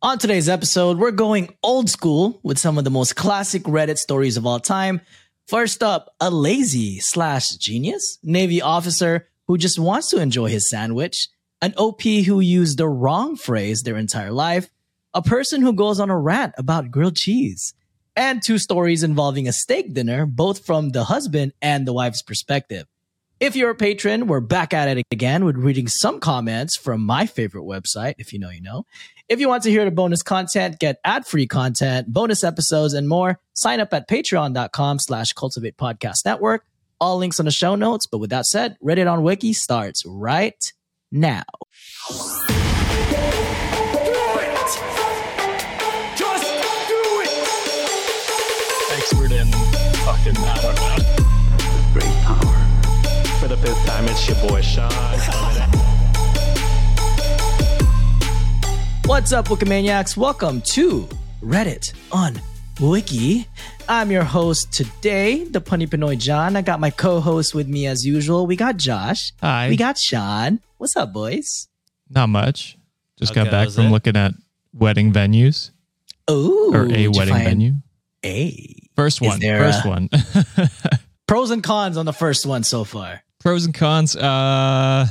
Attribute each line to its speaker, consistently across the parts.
Speaker 1: On today's episode, we're going old school with some of the most classic Reddit stories of all time. First up, a lazy slash genius Navy officer who just wants to enjoy his sandwich, an OP who used the wrong phrase their entire life, a person who goes on a rant about grilled cheese, and two stories involving a steak dinner, both from the husband and the wife's perspective. If you're a patron, we're back at it again with reading some comments from my favorite website, if you know, you know. If you want to hear the bonus content, get ad-free content, bonus episodes, and more, sign up at patreon.com slash cultivate podcast network. All links on the show notes. But with that said, Reddit on Wiki starts right now.
Speaker 2: Just do it! Expert in fucking, I don't know.
Speaker 3: great power
Speaker 2: For the fifth time, it's your boy Sean.
Speaker 1: What's up, Wikimaniacs? Welcome to Reddit on Wiki. I'm your host today, the Punny Pinoy John. I got my co-host with me as usual. We got Josh.
Speaker 4: Hi.
Speaker 1: We got Sean. What's up, boys?
Speaker 4: Not much. Just
Speaker 5: Okay,
Speaker 4: got back
Speaker 5: that's
Speaker 4: from
Speaker 5: it?
Speaker 4: looking at wedding venues
Speaker 1: Ooh,
Speaker 4: or
Speaker 1: did
Speaker 4: a
Speaker 1: you
Speaker 4: wedding
Speaker 1: find
Speaker 4: venue.
Speaker 1: A
Speaker 4: First one.
Speaker 1: there
Speaker 4: First
Speaker 1: a-
Speaker 4: one.
Speaker 1: pros and cons on the first one so far.
Speaker 4: Pros and cons. Uh,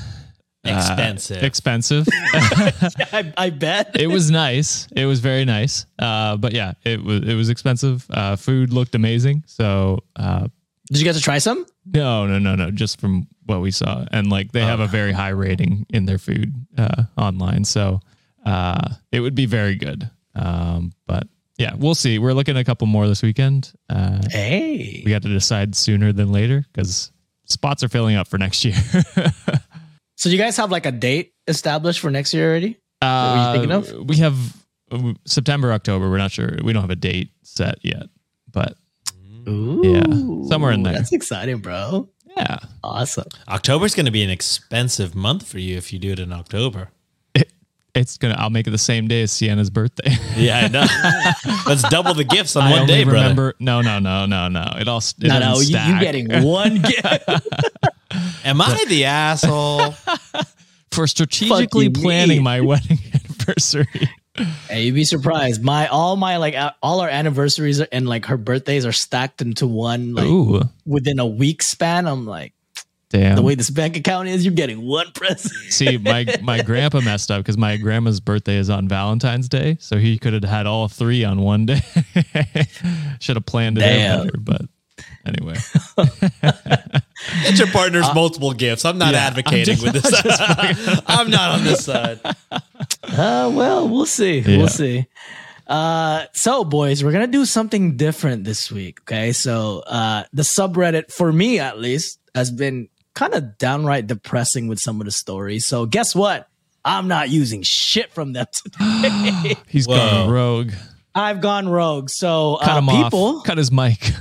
Speaker 5: Expensive.
Speaker 4: Uh, expensive.
Speaker 1: I, I bet.
Speaker 4: it was nice. It was very nice. Uh, but yeah, it was it was expensive. Uh, food looked amazing. So uh,
Speaker 1: Did you get to try some?
Speaker 4: no, no, no, no. Just from what we saw, and like they have a very high rating in their food uh, online. So uh, it would be very good. Um, but yeah, we'll see. We're looking at a couple more this weekend. Uh,
Speaker 1: Hey.
Speaker 4: we got to decide sooner than later because spots are filling up for next year.
Speaker 1: So you guys have like a date established for next year already?
Speaker 4: Uh,
Speaker 1: thinking of?
Speaker 4: We have uh, September, October. We're not sure. We don't have a date set yet, but
Speaker 1: Ooh.
Speaker 4: somewhere in there.
Speaker 1: That's exciting, bro.
Speaker 4: yeah,
Speaker 1: Awesome.
Speaker 5: October's going to be an expensive month for you if you do it in October.
Speaker 4: it's gonna. I'll make it the same day as Sienna's birthday.
Speaker 5: Yeah, I know. Let's double the gifts on
Speaker 4: I
Speaker 5: one
Speaker 4: only
Speaker 5: day, brother.
Speaker 4: remember. No, no, no, no, no. It all. It
Speaker 1: no,
Speaker 4: doesn't
Speaker 1: no, you, you
Speaker 4: stack.
Speaker 1: getting one gift.
Speaker 5: Am I the asshole?
Speaker 4: for strategically
Speaker 1: Fucking
Speaker 4: planning
Speaker 1: me.
Speaker 4: my wedding anniversary.
Speaker 1: hey, you'd be surprised. My all my like a- all our anniversaries are- and like her birthdays are stacked into one like
Speaker 4: Ooh,
Speaker 1: within a week span. I'm like,
Speaker 4: damn.
Speaker 1: the way this bank account is, you're getting one present.
Speaker 4: See, my my grandpa messed up because my grandma's birthday is on Valentine's Day, so he could have had all three on one day. Should have planned it
Speaker 1: Damn.
Speaker 4: out better, but anyway,
Speaker 5: Get your partner's multiple gifts. I'm not advocating with this. I'm not on this side.
Speaker 1: Uh, well, we'll see.
Speaker 4: Yeah.
Speaker 1: We'll see. Uh, so boys, we're gonna do something different this week. Okay, so uh, the subreddit for me at least has been kind of downright depressing with some of the stories. So guess what? I'm not using shit from them. Today.
Speaker 4: he's gone
Speaker 5: Whoa.
Speaker 4: rogue.
Speaker 1: I've gone rogue. So
Speaker 4: Cut
Speaker 1: uh,
Speaker 4: him
Speaker 1: people,
Speaker 4: off. Cut his mic.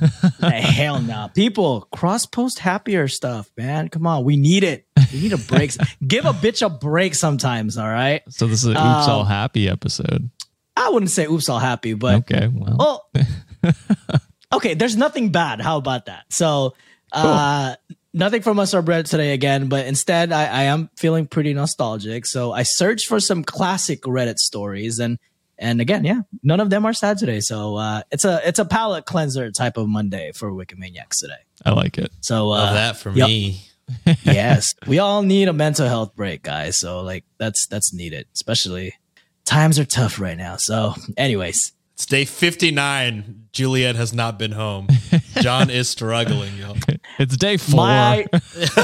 Speaker 1: Nah, hell no, people cross post happier stuff, man. Come on, we need it. We need a break. Give a bitch a break sometimes. All right.
Speaker 4: so this is an oops all happy episode.
Speaker 1: I wouldn't say oops all happy, but
Speaker 4: Okay, well,
Speaker 1: Oh. okay, there's nothing bad. How about that? So, uh, nothing from us or bread today again, but instead, I, I am feeling pretty nostalgic. So, I searched for some classic Reddit stories, and and again, yeah, none of them are sad today. So, uh, it's a it's a palate cleanser type of Monday for Wikimaniacs today.
Speaker 4: I like it.
Speaker 1: So, uh,
Speaker 5: Love that for
Speaker 1: yep.
Speaker 5: me.
Speaker 1: yes, we all need a mental health break, guys. So, like, that's that's needed, especially times are tough right now. So, anyways.
Speaker 5: It's day 59. Juliet has not been home. John is struggling, y'all.
Speaker 4: It's day four.
Speaker 1: My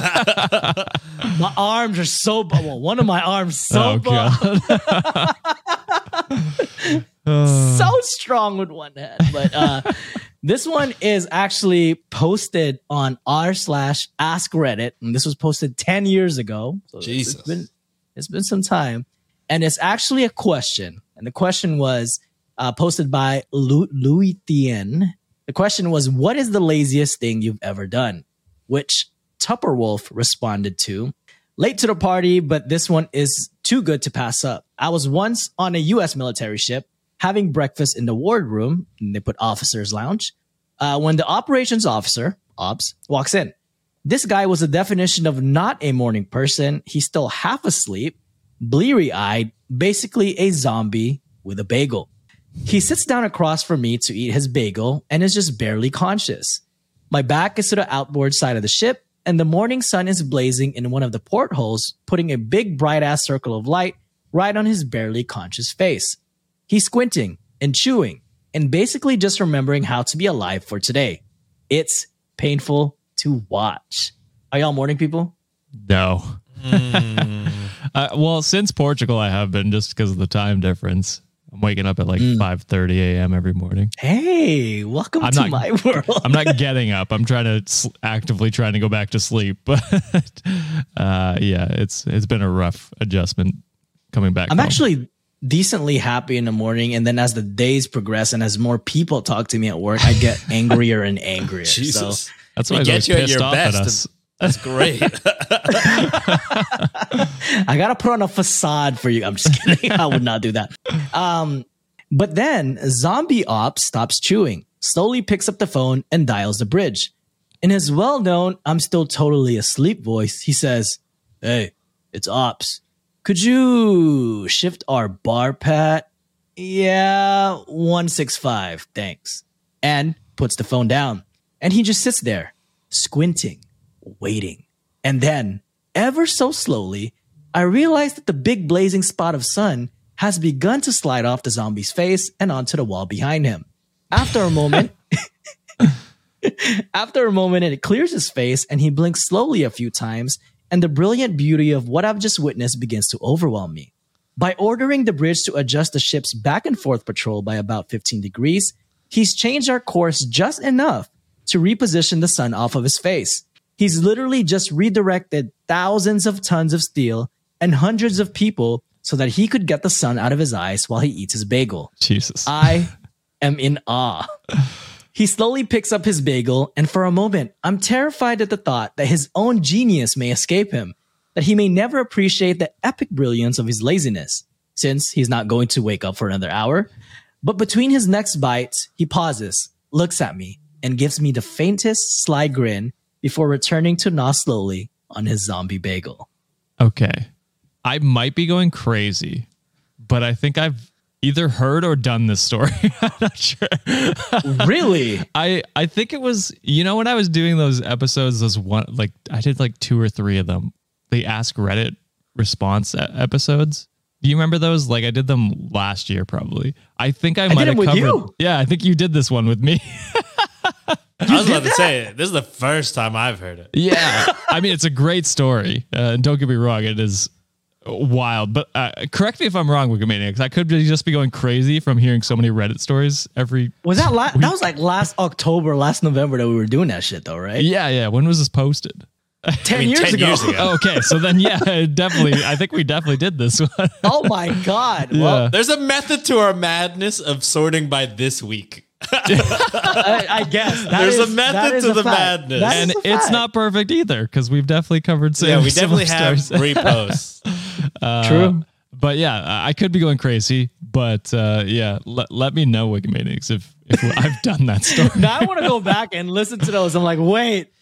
Speaker 1: my arms are so bu- well, one of my arms so
Speaker 4: oh
Speaker 1: bu-
Speaker 4: god.
Speaker 1: so strong with one hand. But uh, this one is actually posted on r slash ask Reddit, and this was posted ten years ago. So it's-
Speaker 5: Jesus.
Speaker 1: it's been it's been some time, and it's actually a question. And the question was uh, posted by Lu- Louis Tien. The question was, What is the laziest thing you've ever done? Which Tupperwolf responded to, Late to the party, but this one is too good to pass up. I was once on a US military ship having breakfast in the ward room, and they put officers' lounge, uh, when the operations officer, OPS, walks in. This guy was the definition of not a morning person. He's still half asleep, bleary eyed, basically a zombie with a bagel. He sits down across from me to eat his bagel and is just barely conscious. My back is to the outboard side of the ship, and the morning sun is blazing in one of the portholes, putting a big bright ass circle of light right on his barely conscious face. He's squinting and chewing and basically just remembering how to be alive for today. It's painful to watch. Are y'all morning people?
Speaker 4: No. uh, well, since Portugal, I have been just because of the time difference. I'm waking up at like
Speaker 5: Mm.
Speaker 4: 5:30 a.m. every morning.
Speaker 1: Hey, welcome
Speaker 4: I'm
Speaker 1: to
Speaker 4: not-
Speaker 1: my world.
Speaker 4: I'm not getting up. I'm trying to s- actively trying to go back to sleep, but uh, yeah, it's it's been a rough adjustment coming back.
Speaker 1: I'm
Speaker 4: home.
Speaker 1: actually decently happy in the morning, and then as the days progress and as more people talk to me at work, I get angrier and angrier. So
Speaker 5: Jesus.
Speaker 4: that's
Speaker 5: We
Speaker 4: why I was
Speaker 5: get
Speaker 4: always
Speaker 5: you at
Speaker 4: pissed
Speaker 5: your
Speaker 4: off at
Speaker 5: best.
Speaker 4: us.
Speaker 5: That's great.
Speaker 1: I gotta put on a facade for you. I'm just kidding. I would not do that. Um, but then Zombie Ops stops chewing, slowly picks up the phone and dials the bridge. In his well-known "I'm still totally asleep" voice, he says, "Hey, it's Ops. Could you shift our bar pat? Yeah, one six five. Thanks." And puts the phone down, and he just sits there, squinting, waiting. And then, ever so slowly, I realized that the big blazing spot of sun has begun to slide off the zombie's face and onto the wall behind him. After a moment, after a moment, it clears his face and he blinks slowly a few times, and the brilliant beauty of what I've just witnessed begins to overwhelm me. By ordering the bridge to adjust the ship's back and forth patrol by about 15 degrees, he's changed our course just enough to reposition the sun off of his face. He's literally just redirected thousands of tons of steel and hundreds of people so that he could get the sun out of his eyes while he eats his bagel.
Speaker 4: Jesus.
Speaker 5: Uh,
Speaker 1: I am in awe. He slowly picks up his bagel, and for a moment, I'm terrified at the thought that his own genius may escape him, that he may never appreciate the epic brilliance of his laziness, since he's not going to wake up for another hour. But between his next bites, he pauses, looks at me, and gives me the faintest sly grin before returning to gnaw slowly on his zombie bagel.
Speaker 4: Okay. I might be going crazy, but I think I've either heard or done this story. I'm not sure.
Speaker 1: really?
Speaker 4: I I think it was you know when I was doing those episodes, those one like I did like two or three of them. The Ask Reddit response e- episodes. Do you remember those? Like I did them last year, probably. I think I, might
Speaker 1: them
Speaker 4: have
Speaker 1: with
Speaker 4: covered.
Speaker 1: you.
Speaker 4: Yeah, I think you did this one with me.
Speaker 5: I was about to say, this is the first time I've heard it.
Speaker 4: Yeah, I mean it's a great story. Uh, and don't get me wrong, it is wild. But uh, correct me if I'm wrong, Wikimedia, because I could be- just be going crazy from hearing so many Reddit stories every.
Speaker 1: Was that la- that was like last October, last November that we were doing that shit though, right?
Speaker 4: Yeah, yeah. When was this posted?
Speaker 1: Ten,
Speaker 5: I mean,
Speaker 1: years,
Speaker 5: 10
Speaker 1: ago.
Speaker 5: years ago.
Speaker 4: Okay, so then yeah, it definitely. I think we definitely did this one.
Speaker 1: Oh my god! Well,
Speaker 4: Yeah.
Speaker 5: There's a method to our madness of sorting by this week.
Speaker 1: I, I guess that
Speaker 5: There's a
Speaker 1: is-
Speaker 5: method
Speaker 1: that is
Speaker 5: to
Speaker 1: a
Speaker 5: the
Speaker 1: fact.
Speaker 5: madness.
Speaker 1: That is
Speaker 4: and
Speaker 1: a
Speaker 4: it's
Speaker 1: fact.
Speaker 4: not perfect either because we've definitely covered so
Speaker 5: Yeah, we
Speaker 4: similar
Speaker 5: definitely have
Speaker 4: stories.
Speaker 5: reposts.
Speaker 1: true.
Speaker 4: But yeah, I- I could be going crazy. But uh, yeah, let, let me know, Wikimaniacs, if if I've done that story.
Speaker 1: now I want to go back and listen to those. I'm like, wait,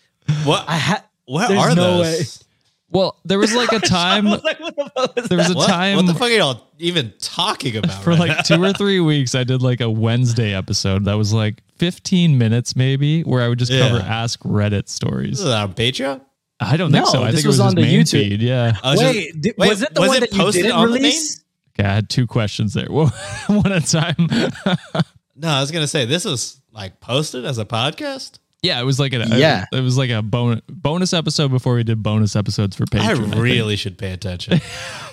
Speaker 5: What,
Speaker 1: I had.
Speaker 5: what
Speaker 1: there's
Speaker 5: are
Speaker 1: no
Speaker 5: those?
Speaker 1: way.
Speaker 4: Well, there was like a time.
Speaker 1: Like, what the fuck was
Speaker 4: There
Speaker 1: that?
Speaker 4: was a
Speaker 5: What,
Speaker 4: time
Speaker 5: what the fuck are y'all even talking about?
Speaker 4: for
Speaker 5: right
Speaker 4: like two or three weeks. I did like a Wednesday episode that was like 15 minutes maybe, where I would just cover
Speaker 5: Yeah.
Speaker 4: ask Reddit stories.
Speaker 5: This is on Patreon?
Speaker 4: I don't think
Speaker 1: No,
Speaker 4: so. I
Speaker 1: this
Speaker 4: think it
Speaker 1: was
Speaker 4: was
Speaker 1: on
Speaker 4: just
Speaker 1: the
Speaker 4: main
Speaker 1: YouTube.
Speaker 4: feed. Yeah.
Speaker 5: I was
Speaker 1: wait,
Speaker 5: just-
Speaker 1: di-
Speaker 5: wait,
Speaker 1: was it the one that you
Speaker 5: posted
Speaker 1: didn't
Speaker 5: on the main?
Speaker 1: release?
Speaker 4: Okay, I had two questions there. Well, one at a time.
Speaker 5: No, I was gonna say this was like posted as a podcast.
Speaker 4: Yeah, it was like an
Speaker 1: Yeah.
Speaker 4: It was like a bonus bonus episode before we did bonus episodes for Patreon. I think.
Speaker 5: I really should pay attention.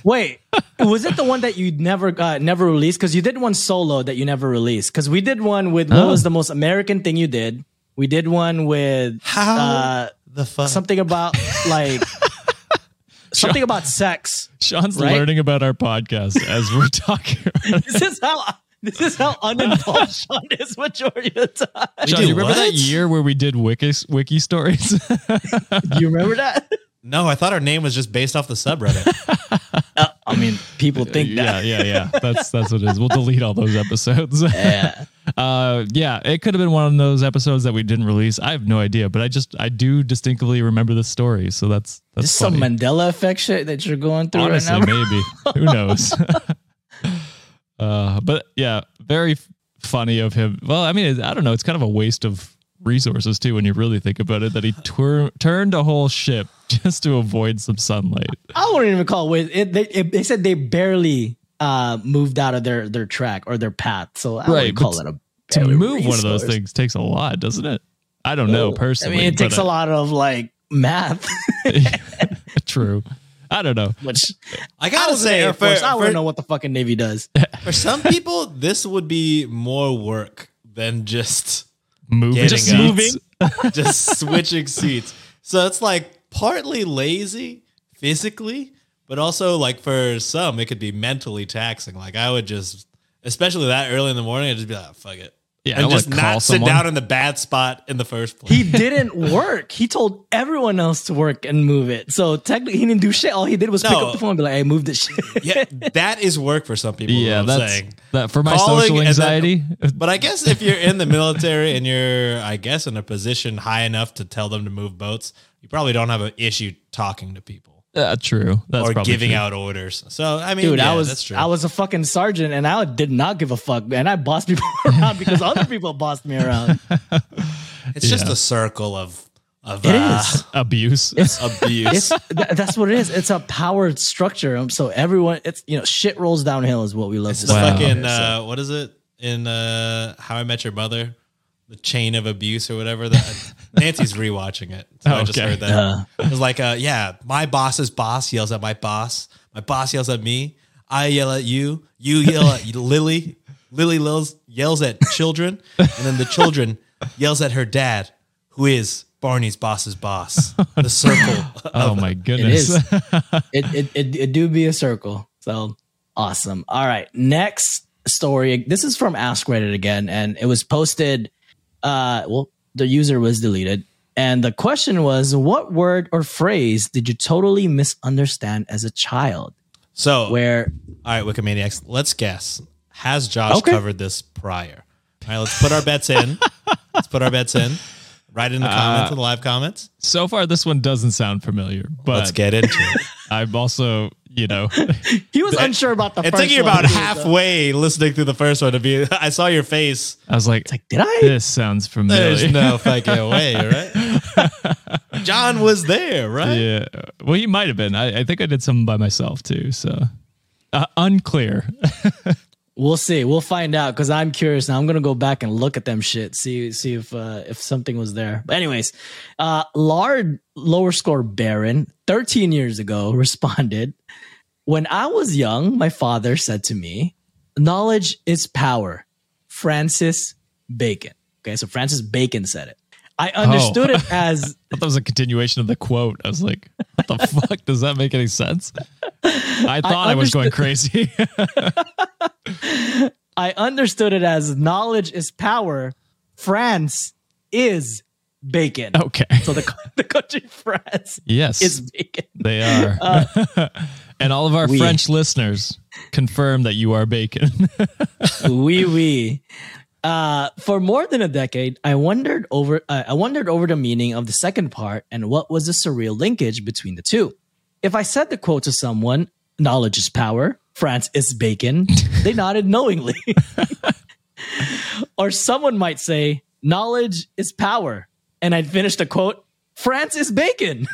Speaker 1: Wait, was it the one that you never uh, never released? Because you did one solo that you never released. Because we did one with what
Speaker 4: Oh.
Speaker 1: was the most American thing you did. We did one with
Speaker 5: How
Speaker 1: Uh,
Speaker 5: the fuck?
Speaker 1: something about like something about sex.
Speaker 4: Sean's
Speaker 1: Right?
Speaker 4: learning about our podcast as we're talking. about it.
Speaker 1: This is how this is how uninvolved Sean is majority of the time.
Speaker 4: Sean,
Speaker 5: do
Speaker 4: you remember that
Speaker 5: what?
Speaker 4: year where we did wiki wiki stories?
Speaker 1: You remember that?
Speaker 5: No, I thought our name was just based off the subreddit.
Speaker 1: I mean, people think
Speaker 4: yeah,
Speaker 1: that.
Speaker 4: yeah, yeah. That's that's what it is. We'll delete all those episodes.
Speaker 1: Yeah.
Speaker 4: Uh, yeah, it could have been one of those episodes that we didn't release. I have no idea, but I just I do distinctly remember the story. So that's that's
Speaker 1: Just some
Speaker 4: funny.
Speaker 1: Mandela effect shit that you're going through
Speaker 4: honestly
Speaker 1: right now.
Speaker 4: maybe who knows. uh, but yeah, very f- funny of him. Well, I mean, I don't know. It's kind of a waste of resources too when you really think about it. That he tur- turned a whole ship just to avoid some sunlight.
Speaker 1: I wouldn't even call it. it they, it- they said they barely uh, moved out of their their track or their path. So I
Speaker 4: Right,
Speaker 1: would
Speaker 4: but
Speaker 1: call it a
Speaker 4: To
Speaker 1: barely
Speaker 4: move one of those
Speaker 1: resource.
Speaker 4: things takes a lot, doesn't it? I don't know
Speaker 1: I
Speaker 4: personally.
Speaker 1: mean, it
Speaker 4: but,
Speaker 1: takes a
Speaker 4: uh,
Speaker 1: lot of like math.
Speaker 4: True. I don't know.
Speaker 1: Which
Speaker 5: I
Speaker 1: I
Speaker 5: gotta
Speaker 1: was in the
Speaker 5: say,
Speaker 1: Air
Speaker 5: for,
Speaker 1: Force. I
Speaker 5: for,
Speaker 1: wouldn't know what the fucking Navy does.
Speaker 5: for some people, this would be more work than just
Speaker 4: Moving,
Speaker 5: Just
Speaker 4: seats.
Speaker 5: moving. just switching seats. So it's like partly lazy physically, but also like for some, it could be mentally taxing. Like I would just, especially that early in the morning, I'd just be like, "Ah, fuck it.
Speaker 4: Yeah, I
Speaker 5: and
Speaker 4: would
Speaker 5: just
Speaker 4: call
Speaker 5: not
Speaker 4: someone.
Speaker 5: sit down in the bad spot in the first place.
Speaker 1: He didn't work. He told everyone else to work and move it. So technically, he didn't do shit. All he did was pick
Speaker 5: No.
Speaker 1: up the phone and be like, "Hey, move this shit."
Speaker 5: yeah, that is work for some people.
Speaker 4: Yeah,
Speaker 5: Yeah,
Speaker 4: that's
Speaker 5: saying.
Speaker 4: that for my
Speaker 5: Calling
Speaker 4: social
Speaker 5: and then-
Speaker 4: anxiety.
Speaker 5: But I guess if you're in the military and you're, I guess, in a position high enough to tell them to move boats, you probably don't have an issue talking to people
Speaker 4: Uh, true. That's
Speaker 5: or
Speaker 4: probably
Speaker 5: giving
Speaker 4: true.
Speaker 5: out orders. So I mean,
Speaker 1: Dude,
Speaker 5: yeah,
Speaker 1: I
Speaker 5: that's
Speaker 1: was
Speaker 5: true.
Speaker 1: I was a fucking sergeant, and I did not give a fuck, man. I bossed people around because other people bossed me around.
Speaker 5: It's just a circle of of
Speaker 1: It
Speaker 5: uh,
Speaker 1: is.
Speaker 4: abuse.
Speaker 5: abuse.
Speaker 1: It's tha- that's what it is. It's a power structure. Um, So everyone, it's you know, shit rolls downhill is what we love.
Speaker 5: It's
Speaker 1: to
Speaker 5: the
Speaker 1: see.
Speaker 4: Wow.
Speaker 5: fucking uh, what is it in uh, How I Met Your Mother? The chain of abuse or whatever. That Nancy's rewatching it. So I just
Speaker 4: Okay.
Speaker 5: heard that. it was like, uh, yeah, my boss's boss yells at my boss. My boss yells at me. I yell at you. You yell at Lily. Lily yells, yells at children, and then the children yells at her dad, who is Barney's boss's boss. The circle.
Speaker 4: Oh my
Speaker 1: It
Speaker 4: goodness.
Speaker 1: is. it, it it it do be a circle. So awesome. All right, next story. This is from Ask Reddit again, and it was posted. Uh, well, the user was deleted, and the question was, what word or phrase did you totally misunderstand as a child?
Speaker 5: So
Speaker 1: Where
Speaker 5: All right, Wikimaniacs, let's guess. Has Josh
Speaker 1: Okay.
Speaker 5: covered this prior? All right, let's put our bets in. let's put our bets in. Write in the comments, in the live comments.
Speaker 4: So far, this one doesn't sound familiar,
Speaker 5: Let's
Speaker 4: but
Speaker 5: get into it.
Speaker 4: I'm also, you know,
Speaker 1: he was unsure about the.
Speaker 5: It
Speaker 1: first
Speaker 5: took you
Speaker 1: one, uh,
Speaker 5: about
Speaker 1: too, so-
Speaker 5: halfway listening through the first one to be. I saw your face.
Speaker 4: I was like,
Speaker 1: Like, did I?
Speaker 4: this sounds
Speaker 5: There's
Speaker 4: familiar.
Speaker 5: no fucking way, right? John was there, right?
Speaker 4: yeah. Well, he might have been. I, I think I did something by myself too. So uh, unclear.
Speaker 1: We'll see. We'll find out because I'm curious now. I'm gonna go back and look at them shit. See see if uh, if something was there. But anyways, uh, Lard lower score Baron 13 years ago responded. When I was young, my father said to me, "Knowledge is power." Francis Bacon. Okay, so Francis Bacon said it. I understood it as
Speaker 4: I thought that was a continuation of the quote. I was like, what the fuck? Does that make any sense? I thought I, was going crazy.
Speaker 1: I understood it as knowledge is power. France is bacon.
Speaker 4: okay.
Speaker 1: So the, the country France
Speaker 4: Yes.
Speaker 1: is bacon.
Speaker 4: They are.
Speaker 5: uh,
Speaker 4: and all of our
Speaker 1: we-
Speaker 4: French listeners confirm that you are bacon.
Speaker 1: Wee wee. Uh, for more than a decade, I wondered over uh, I wondered over the meaning of the second part and what was the surreal linkage between the two. If I said the quote to someone, "Knowledge is power," France is bacon, they nodded knowingly. or someone might say, "Knowledge is power," and I'd finish the quote, "France is bacon."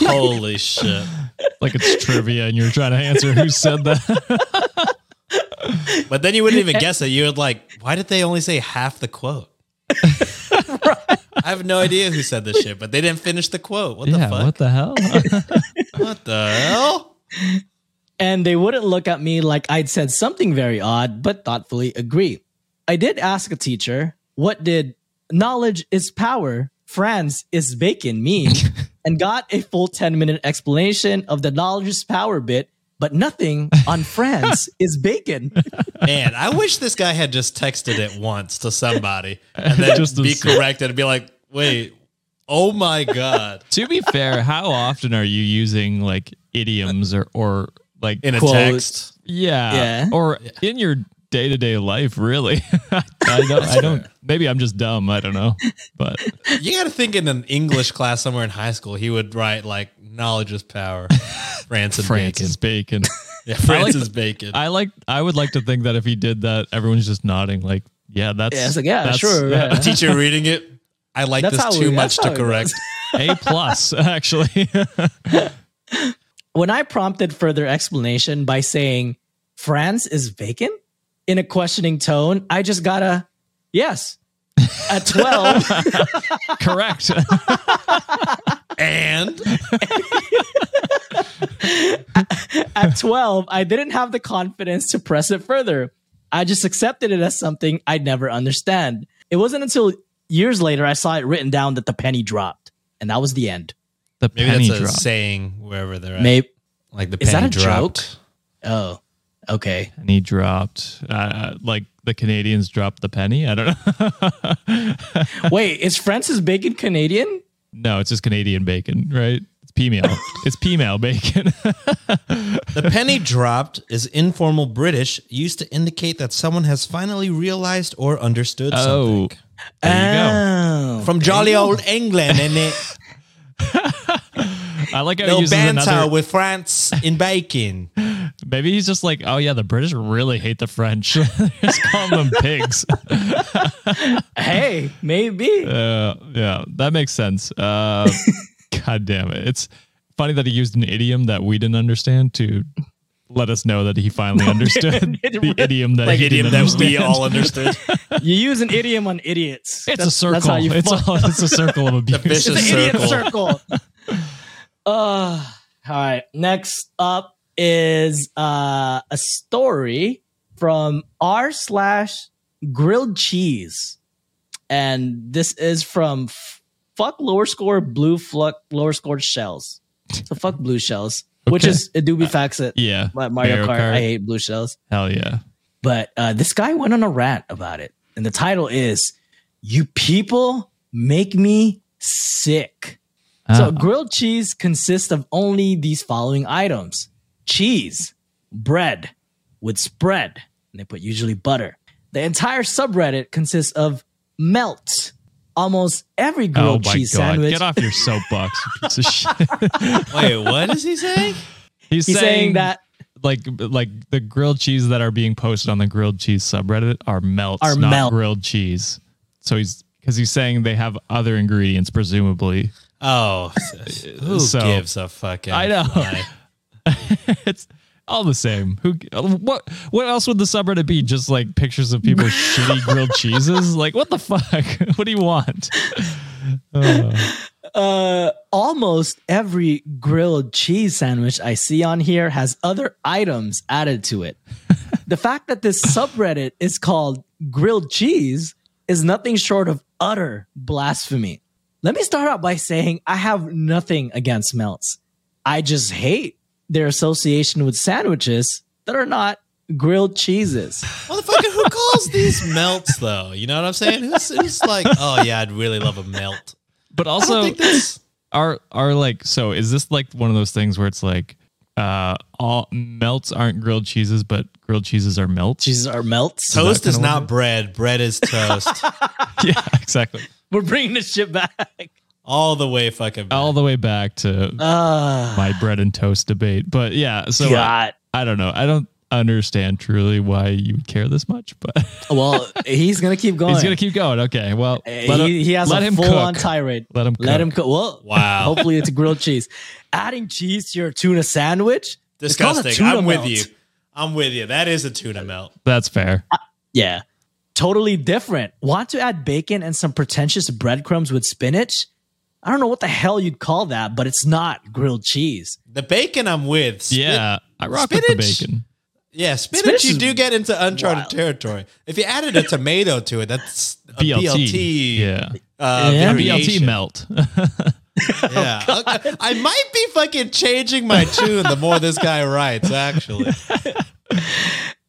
Speaker 5: Holy shit!
Speaker 4: like it's trivia and you're trying to answer who said that.
Speaker 5: But then you wouldn't even guess it. You would like, why did they only say half the quote? I have no idea who said this shit, but they didn't finish the quote. What the
Speaker 4: yeah,
Speaker 5: fuck?
Speaker 4: what the hell?
Speaker 5: what the hell?
Speaker 1: and they wouldn't look at me like I'd said something very odd, but thoughtfully agree. I did ask a teacher, what did knowledge is power, France is bacon mean? and got a full 10 minute explanation of the knowledge is power bit, but nothing on France is bacon.
Speaker 5: Man, I wish this guy had just texted it once to somebody and then
Speaker 4: Just
Speaker 5: just
Speaker 4: to
Speaker 5: be
Speaker 4: see.
Speaker 5: corrected and be like, wait, oh my God.
Speaker 4: to be fair, how often are you using like idioms or or like
Speaker 5: In a
Speaker 1: Quote.
Speaker 5: text.
Speaker 4: yeah,
Speaker 1: Yeah.
Speaker 4: or in your day to day life? Really, I don't. I don't. Maybe I'm just dumb. I don't know, but
Speaker 5: You got to think in an English class somewhere in high school, he would write like knowledge is power, France and bacon.
Speaker 4: Francis Bacon.
Speaker 5: Yeah, France
Speaker 4: like-
Speaker 5: is bacon.
Speaker 4: I like. I would like to think that if he did that, everyone's just nodding. Like, yeah, that's
Speaker 1: Yeah, it's like, yeah,
Speaker 4: that's-
Speaker 1: sure. yeah.
Speaker 5: Teacher reading it, I like
Speaker 1: That's how
Speaker 5: this too
Speaker 1: we-
Speaker 5: much
Speaker 1: that's how
Speaker 5: to
Speaker 1: it
Speaker 5: correct.
Speaker 4: a plus actually.
Speaker 1: when I prompted further explanation by saying France is vacant in a questioning tone, I just got a yes. At 12,
Speaker 4: Correct.
Speaker 5: And
Speaker 1: at 12, I didn't have the confidence to press it further. I just accepted it as something I'd never understand. It wasn't until years later I saw it written down that the penny dropped, and that was the end.
Speaker 4: The
Speaker 5: maybe
Speaker 4: penny
Speaker 5: that's a
Speaker 4: drop.
Speaker 5: saying wherever they're at.
Speaker 1: Maybe.
Speaker 5: Like the
Speaker 1: Is that
Speaker 5: penny
Speaker 1: a
Speaker 5: dropped.
Speaker 1: joke? Oh, okay.
Speaker 4: penny dropped. Uh, like the Canadians dropped the penny. I don't know.
Speaker 1: Wait, is Francis Bacon Canadian?
Speaker 4: no, it's just Canadian bacon, right? It's P-mail. it's P-mail bacon.
Speaker 5: The penny dropped is informal British, used to indicate that someone has finally realized or understood
Speaker 4: Oh.
Speaker 5: something.
Speaker 4: there
Speaker 1: oh.
Speaker 5: From jolly old England, and it
Speaker 4: you go. I like how he
Speaker 5: no
Speaker 4: uses
Speaker 5: banter
Speaker 4: another.
Speaker 5: with France in bacon.
Speaker 4: Maybe he's just like, oh yeah, the British really hate the French. just call them pigs.
Speaker 1: Oh. Hey, maybe.
Speaker 4: Uh, yeah, that makes sense. Uh, God damn it! It's funny that he used an idiom that we didn't understand to let us know that he finally understood
Speaker 1: it
Speaker 4: the
Speaker 1: really-
Speaker 4: idiom that
Speaker 5: Like
Speaker 4: he
Speaker 5: idiom
Speaker 4: didn't
Speaker 5: that
Speaker 4: understand.
Speaker 5: we all understood.
Speaker 1: You use an idiom on idiots.
Speaker 4: It's a
Speaker 1: That's-
Speaker 4: circle.
Speaker 1: That's how you
Speaker 4: it's,
Speaker 1: fuck.
Speaker 4: all, it's a circle of abuse.
Speaker 5: vicious
Speaker 1: It's an idiot
Speaker 5: circle.
Speaker 1: circle. uh, all right. Next up is uh, a story from r slash grilled cheese, and this is from f- fuck lower score blue fuck lower score shells. So fuck blue shells, which
Speaker 4: Okay.
Speaker 1: is Adobe Faxit.
Speaker 4: Yeah.
Speaker 1: Ma- Mario
Speaker 4: Mario
Speaker 1: Kart.
Speaker 4: Kart.
Speaker 1: I hate blue shells.
Speaker 4: Hell yeah.
Speaker 1: But uh, this guy went on a rant about it. And the title is You People Make Me Sick.
Speaker 4: Uh-huh. Uh,
Speaker 1: So, grilled cheese consists of only these following items cheese, bread with spread, and they put usually butter. The entire subreddit consists of melt. Almost every
Speaker 4: Oh
Speaker 1: grilled
Speaker 4: my god.
Speaker 1: cheese sandwich.
Speaker 4: Get off your soapbox, you piece of shit.
Speaker 5: Wait, what is he saying?
Speaker 4: He's,
Speaker 1: He's saying that
Speaker 4: like like the grilled cheese that are being posted on the grilled cheese subreddit are melts,
Speaker 1: Are
Speaker 4: not
Speaker 1: melt.
Speaker 4: grilled cheese. So he's because he's saying they have other ingredients, presumably.
Speaker 5: Oh, who
Speaker 4: So-
Speaker 5: gives a fucking?
Speaker 4: I know.
Speaker 5: fly?
Speaker 4: it's all the same. Who what what else would the subreddit be? Just like pictures of people's shitty grilled cheeses? Like what the fuck? What do you want?
Speaker 1: uh, almost every grilled cheese sandwich I see on here has other items added to it. the fact that this subreddit is called grilled cheese is nothing short of utter blasphemy. Let me start out by saying I have nothing against melts. I just hate their association with sandwiches that are not grilled cheeses.
Speaker 5: Motherfucker, who calls these melts though? You know what I'm saying? Who's, who's like, oh yeah, I'd really love a melt.
Speaker 4: But
Speaker 5: I don't
Speaker 4: also
Speaker 5: think this.
Speaker 4: are are like so is this like one of those things where it's like uh all melts aren't grilled cheeses but grilled cheeses are melts
Speaker 1: Cheeses are melts.
Speaker 5: Toast is
Speaker 4: kinda what
Speaker 5: not bread. Bread is toast.
Speaker 4: yeah exactly
Speaker 1: We're bringing this shit back.
Speaker 5: All the way fucking.
Speaker 4: all the way back to
Speaker 1: Uh,
Speaker 4: my bread and toast debate but yeah so uh, I,
Speaker 1: God.
Speaker 4: I don't know i don't understand truly why you would care this much but
Speaker 1: Well, he's gonna keep going.
Speaker 4: he's gonna keep going okay well let him,
Speaker 1: he, he has
Speaker 4: uh, let
Speaker 1: a
Speaker 4: him
Speaker 1: full
Speaker 4: cook
Speaker 1: on tirade.
Speaker 4: let him cook.
Speaker 1: Let him cook. Well,
Speaker 5: Wow.
Speaker 1: Hopefully, it's grilled cheese. Adding cheese to your tuna sandwich. It's called a
Speaker 5: disgusting.
Speaker 1: tuna
Speaker 5: I'm with
Speaker 1: melt.
Speaker 5: you. I'm with you. That is a tuna melt.
Speaker 4: that's fair
Speaker 1: Uh, Yeah, totally different. Want to add bacon and some pretentious breadcrumbs with spinach? I don't know what the hell you'd call that, but it's not grilled cheese.
Speaker 5: The bacon I'm with. Spit-
Speaker 4: yeah i rock with
Speaker 5: spinach?
Speaker 4: the bacon
Speaker 5: Yeah, spinach,
Speaker 1: Spinach
Speaker 5: you
Speaker 1: is
Speaker 5: do get into uncharted
Speaker 1: wild.
Speaker 5: territory. If you added a tomato to it, that's a
Speaker 4: blt,
Speaker 5: BLT.
Speaker 4: yeah
Speaker 5: Uh,
Speaker 1: Yeah.
Speaker 4: BLT
Speaker 5: variation.
Speaker 4: melt
Speaker 5: Yeah. Okay. I might be fucking changing my tune the more this guy writes, actually.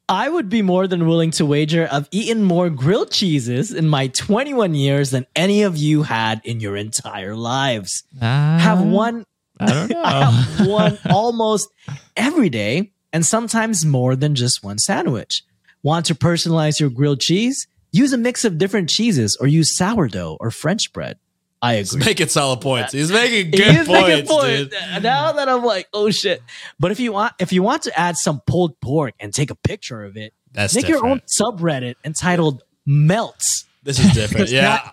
Speaker 1: I would be more than willing to wager I've eaten more grilled cheeses in my 21 years than any of you had in your entire lives.
Speaker 4: Ah,
Speaker 1: Have one
Speaker 4: I don't know.
Speaker 1: I have one almost every day and sometimes more than just one sandwich. Want to personalize your grilled cheese? Use a mix of different cheeses or use sourdough or French bread. I agree.
Speaker 5: Making solid points. He's making
Speaker 1: He
Speaker 5: good
Speaker 1: is
Speaker 5: points,
Speaker 1: making
Speaker 5: dude.
Speaker 1: points. Now that I'm like, oh shit. But if you want if you want to add some pulled pork and take a picture of it,
Speaker 5: That's
Speaker 1: make your own subreddit entitled melts.
Speaker 5: This is different. yeah.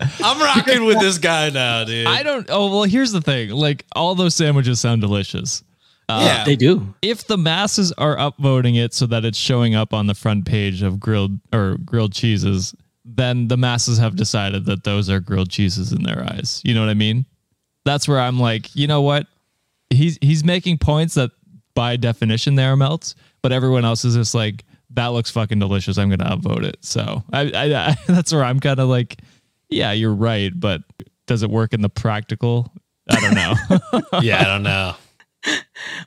Speaker 5: I'm rocking with this guy now, dude.
Speaker 4: I don't. Oh well, here's the thing. Like all those sandwiches sound delicious.
Speaker 5: yeah.
Speaker 1: They do.
Speaker 4: If the masses are upvoting it so that it's showing up on the front page of grilled or grilled cheeses, then the masses have decided that those are grilled cheeses in their eyes. You know what I mean? That's where I'm like, you know what? He's he's making points that by definition they are melts, but everyone else is just like that looks fucking delicious. I'm gonna upvote it. So I, I, I that's where I'm kind of like, yeah, you're right, but does it work in the practical? I don't know.
Speaker 5: yeah, I don't know.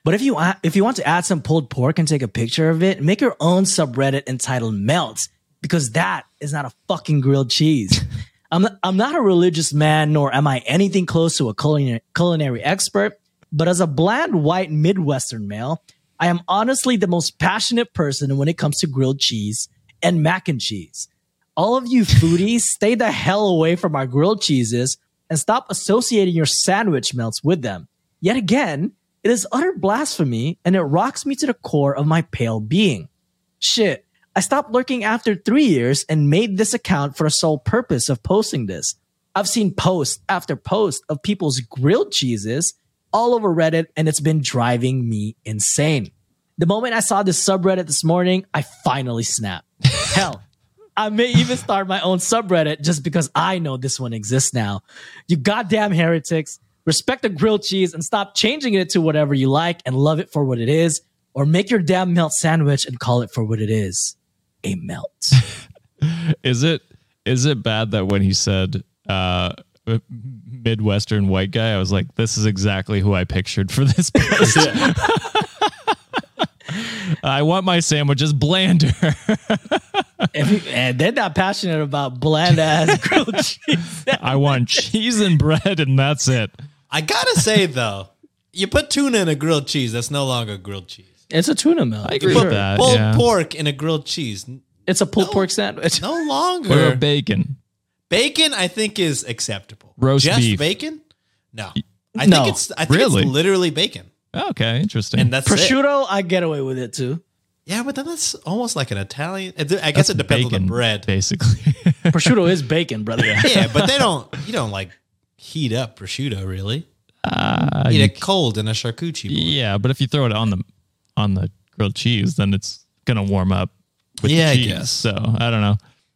Speaker 1: But if you a- if you want to add some pulled pork and take a picture of it, make your own subreddit entitled melts because that is not a fucking grilled cheese. I'm not, I'm not a religious man, nor am I anything close to a culinary, culinary expert. But as a bland white Midwestern male, I am honestly the most passionate person when it comes to grilled cheese and mac and cheese. All of you foodies, stay the hell away from our grilled cheeses and stop associating your sandwich melts with them. Yet again, it is utter blasphemy and it rocks me to the core of my pale being. Shit, I stopped lurking after three years and made this account for the sole purpose of posting this. I've seen post after post of people's grilled cheeses all over Reddit and it's been driving me insane. The moment I saw this subreddit this morning, I finally snapped. Hell, I may even start my own subreddit just because I know this one exists now. You goddamn heretics, respect the grilled cheese and stop changing it to whatever you like and love it for what it is, or make your damn melt sandwich and call it for what it is a melt.
Speaker 4: Is it is it bad that when he said uh Midwestern white guy, I was like, this is exactly who I pictured for this post. I want my sandwiches blander.
Speaker 1: if you, and they're not passionate about bland ass grilled cheese.
Speaker 4: I want cheese and bread, and that's it.
Speaker 5: I gotta say though, you put tuna in a grilled cheese, that's no longer grilled cheese.
Speaker 1: It's a tuna melt. I
Speaker 4: agree
Speaker 5: Put
Speaker 4: with that.
Speaker 5: pulled
Speaker 4: yeah.
Speaker 5: pork in a grilled cheese, n-
Speaker 1: It's a pulled pork sandwich.
Speaker 5: no
Speaker 4: What
Speaker 5: longer.
Speaker 4: about bacon?
Speaker 5: bacon, I think is acceptable.
Speaker 4: Roast
Speaker 5: Just
Speaker 4: beef.
Speaker 5: bacon? No, I
Speaker 1: No.
Speaker 5: think it's I think
Speaker 4: Really?
Speaker 5: it's literally bacon,
Speaker 4: Okay, interesting.
Speaker 5: and that's it.
Speaker 1: Prosciutto, I get away with it too.
Speaker 5: Yeah, but then that's almost like an Italian. I guess
Speaker 4: That's
Speaker 5: it depends on
Speaker 4: bacon,
Speaker 5: the bread.
Speaker 4: basically.
Speaker 1: Prosciutto is bacon, brother.
Speaker 5: yeah, but they don't. You don't like heat up prosciutto, really.
Speaker 4: Uh,
Speaker 5: Eat
Speaker 4: you-
Speaker 5: it cold in a charcuterie. board.
Speaker 4: yeah, but if you throw it on the on the grilled cheese, then it's gonna warm up with
Speaker 5: Yeah, I
Speaker 4: the cheese.
Speaker 5: guess.
Speaker 4: So I don't know.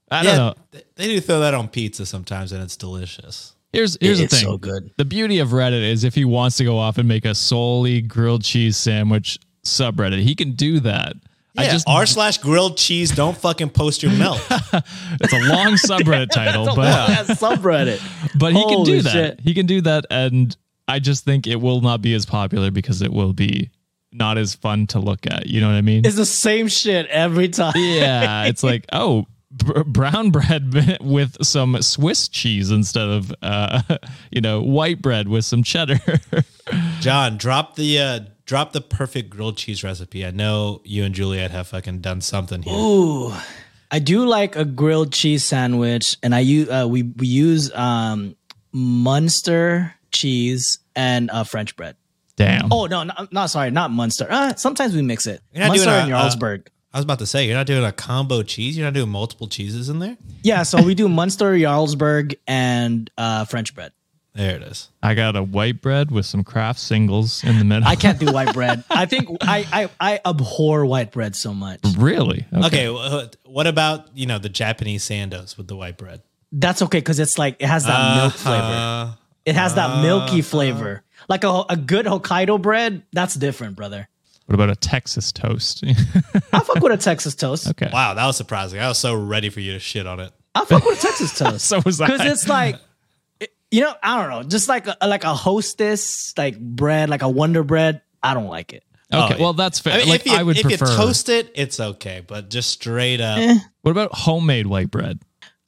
Speaker 4: I don't know.
Speaker 5: th- they do throw that on pizza sometimes, and it's delicious.
Speaker 4: Here's here's the
Speaker 1: It's
Speaker 4: thing.
Speaker 1: so good.
Speaker 4: The beauty of Reddit is if he wants to go off and make a solely grilled cheese sandwich subreddit, he can do that. I
Speaker 5: Yeah,
Speaker 4: just
Speaker 5: r slash grilled cheese. Don't fucking post your melt.
Speaker 4: it's a long subreddit title, but
Speaker 1: That's subreddit.
Speaker 4: but he can
Speaker 1: Holy
Speaker 4: do that.
Speaker 1: shit.
Speaker 4: He can do that, and I just think it will not be as popular because it will be not as fun to look at. You know what I mean?
Speaker 1: It's the same shit every time.
Speaker 4: yeah, it's like oh. br- Brown bread with some Swiss cheese instead of, uh, you know, white bread with some cheddar.
Speaker 5: John, drop the uh, drop the perfect grilled cheese recipe. I know you and Juliet have fucking done something here.
Speaker 1: Ooh, I do like a grilled cheese sandwich, and I use uh, we we use um, Munster cheese and uh, French bread.
Speaker 4: Damn.
Speaker 1: Oh no, no, not sorry, not Munster. Uh, sometimes we mix it.
Speaker 5: You're not
Speaker 1: Munster
Speaker 5: doing a-
Speaker 1: and Jarlsberg.
Speaker 5: I was about to say you're not doing a combo cheese. You're not doing multiple cheeses in there.
Speaker 1: yeah, so we do Munster, Jarlsberg, and uh, French bread.
Speaker 5: There it is.
Speaker 4: I got a white bread with some craft singles in the middle.
Speaker 1: I can't do white bread. I think I, I I abhor white bread so much.
Speaker 4: really.
Speaker 5: Okay, wh- what about you know the Japanese sandos with the white bread?
Speaker 1: That's okay because it's like it has that milk flavor.
Speaker 5: Uh,
Speaker 1: It has that milky
Speaker 5: Uh-huh.
Speaker 1: flavor. Like a, a good Hokkaido bread, that's different, brother.
Speaker 4: What about a Texas toast?
Speaker 1: I fuck with a Texas toast.
Speaker 4: okay.
Speaker 5: wow, that was surprising. I was so ready for you to shit on it.
Speaker 1: I fuck with a Texas toast.
Speaker 4: So was I.
Speaker 1: Because it's like, it- you know, I don't know, just like a, like a hostess, like bread, like a Wonder Bread. I don't like it.
Speaker 4: Okay,
Speaker 5: Oh,
Speaker 4: well that's fair.
Speaker 5: I mean,
Speaker 4: like
Speaker 5: if you,
Speaker 4: I would
Speaker 5: if
Speaker 4: prefer.
Speaker 5: you toast it, it's okay, but just straight up.
Speaker 1: Eh.
Speaker 4: what about homemade white bread?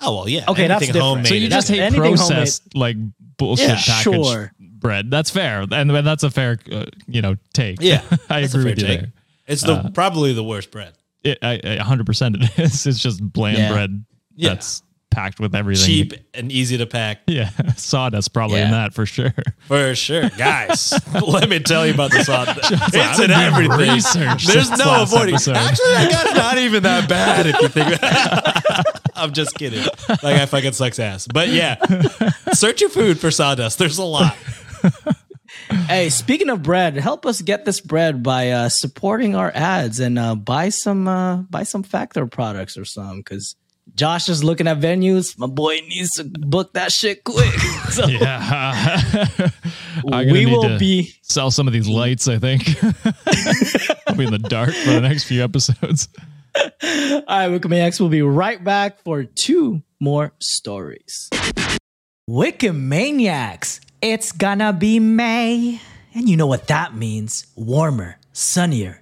Speaker 5: Oh well, yeah.
Speaker 1: Okay, that's
Speaker 5: anything
Speaker 1: different.
Speaker 5: homemade.
Speaker 4: So you
Speaker 5: is
Speaker 4: just
Speaker 1: Anything
Speaker 4: hate
Speaker 1: homemade.
Speaker 4: processed like bullshit
Speaker 1: Yeah,
Speaker 4: packaged
Speaker 1: sure.
Speaker 4: bread. That's fair, and and that's a fair uh, you know take.
Speaker 5: Yeah,
Speaker 4: I
Speaker 5: that's a
Speaker 4: agree
Speaker 5: fair
Speaker 4: with you
Speaker 5: take.
Speaker 4: there.
Speaker 5: It's the probably the worst bread.
Speaker 4: It, I, I, 100% it is. It's just bland
Speaker 1: Yeah.
Speaker 4: bread
Speaker 5: Yeah.
Speaker 4: that's packed with everything.
Speaker 5: Cheap and easy to pack
Speaker 4: Yeah, sawdust probably in
Speaker 1: Yeah.
Speaker 4: that for sure.
Speaker 5: for sure, guys. let me tell you about this. On it's in
Speaker 4: I've been
Speaker 5: everything.
Speaker 4: researched
Speaker 5: There's
Speaker 4: since
Speaker 5: no
Speaker 4: last
Speaker 5: avoiding.
Speaker 4: episode.
Speaker 5: Actually, that guy's not even that bad if you think. I'm just kidding. That guy fucking sucks ass. But yeah, search your food for sawdust. There's a lot.
Speaker 1: Hey, speaking of bread, help us get this bread by uh, supporting our ads and uh, buy some uh, buy some Factor products or some because Josh is looking at venues. My boy needs to book that shit quick. So
Speaker 4: Yeah. I'm gonna
Speaker 1: we
Speaker 4: need
Speaker 1: will
Speaker 4: to
Speaker 1: be
Speaker 4: sell some of these lights, I think. I'll be in the dark for the next few episodes.
Speaker 1: all right. Wikimaniacs will be right back for two more stories. Wikimaniacs, it's gonna be May, and you know what that means: warmer, sunnier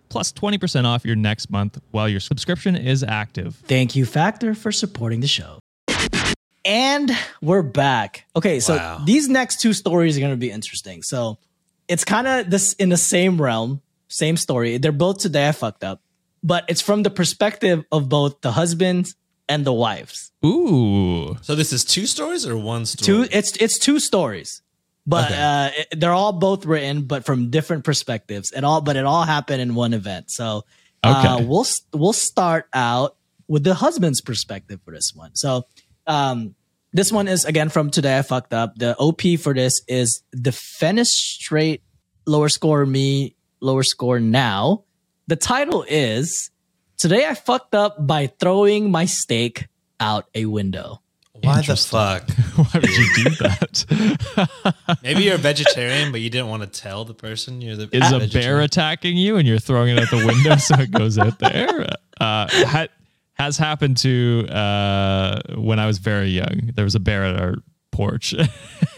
Speaker 4: plus 20% off your next month while your subscription is active.
Speaker 1: Thank you, Factor, for supporting the show. And we're back. Okay, so
Speaker 5: Wow.
Speaker 1: these next two stories are going to be interesting. So it's kind of this in the same realm, same story. They're both today I fucked up, but it's from the perspective of both the husbands and the wives.
Speaker 4: Ooh.
Speaker 5: So this is two stories or one story?
Speaker 1: Two, it's it's two stories, but
Speaker 5: Okay.
Speaker 1: uh, it- they're all both written, but from different perspectives, and all but it all happened in one event. So uh,
Speaker 4: Okay.
Speaker 1: we'll s- we'll start out with the husband's perspective for this one. So um, this one is again from today. I fucked up. The OP for this is defenestrate lower score me lower score now. The title is today I fucked up by throwing my steak out a window.
Speaker 5: Why the fuck?
Speaker 4: Why would you do that?
Speaker 5: Maybe you're a vegetarian, but you didn't want to tell the person you're the.
Speaker 4: is a
Speaker 5: vegetarian.
Speaker 4: bear attacking you and you're throwing it out the window so it goes out there uh ha- has happened to uh when i was very young there was a bear at our porch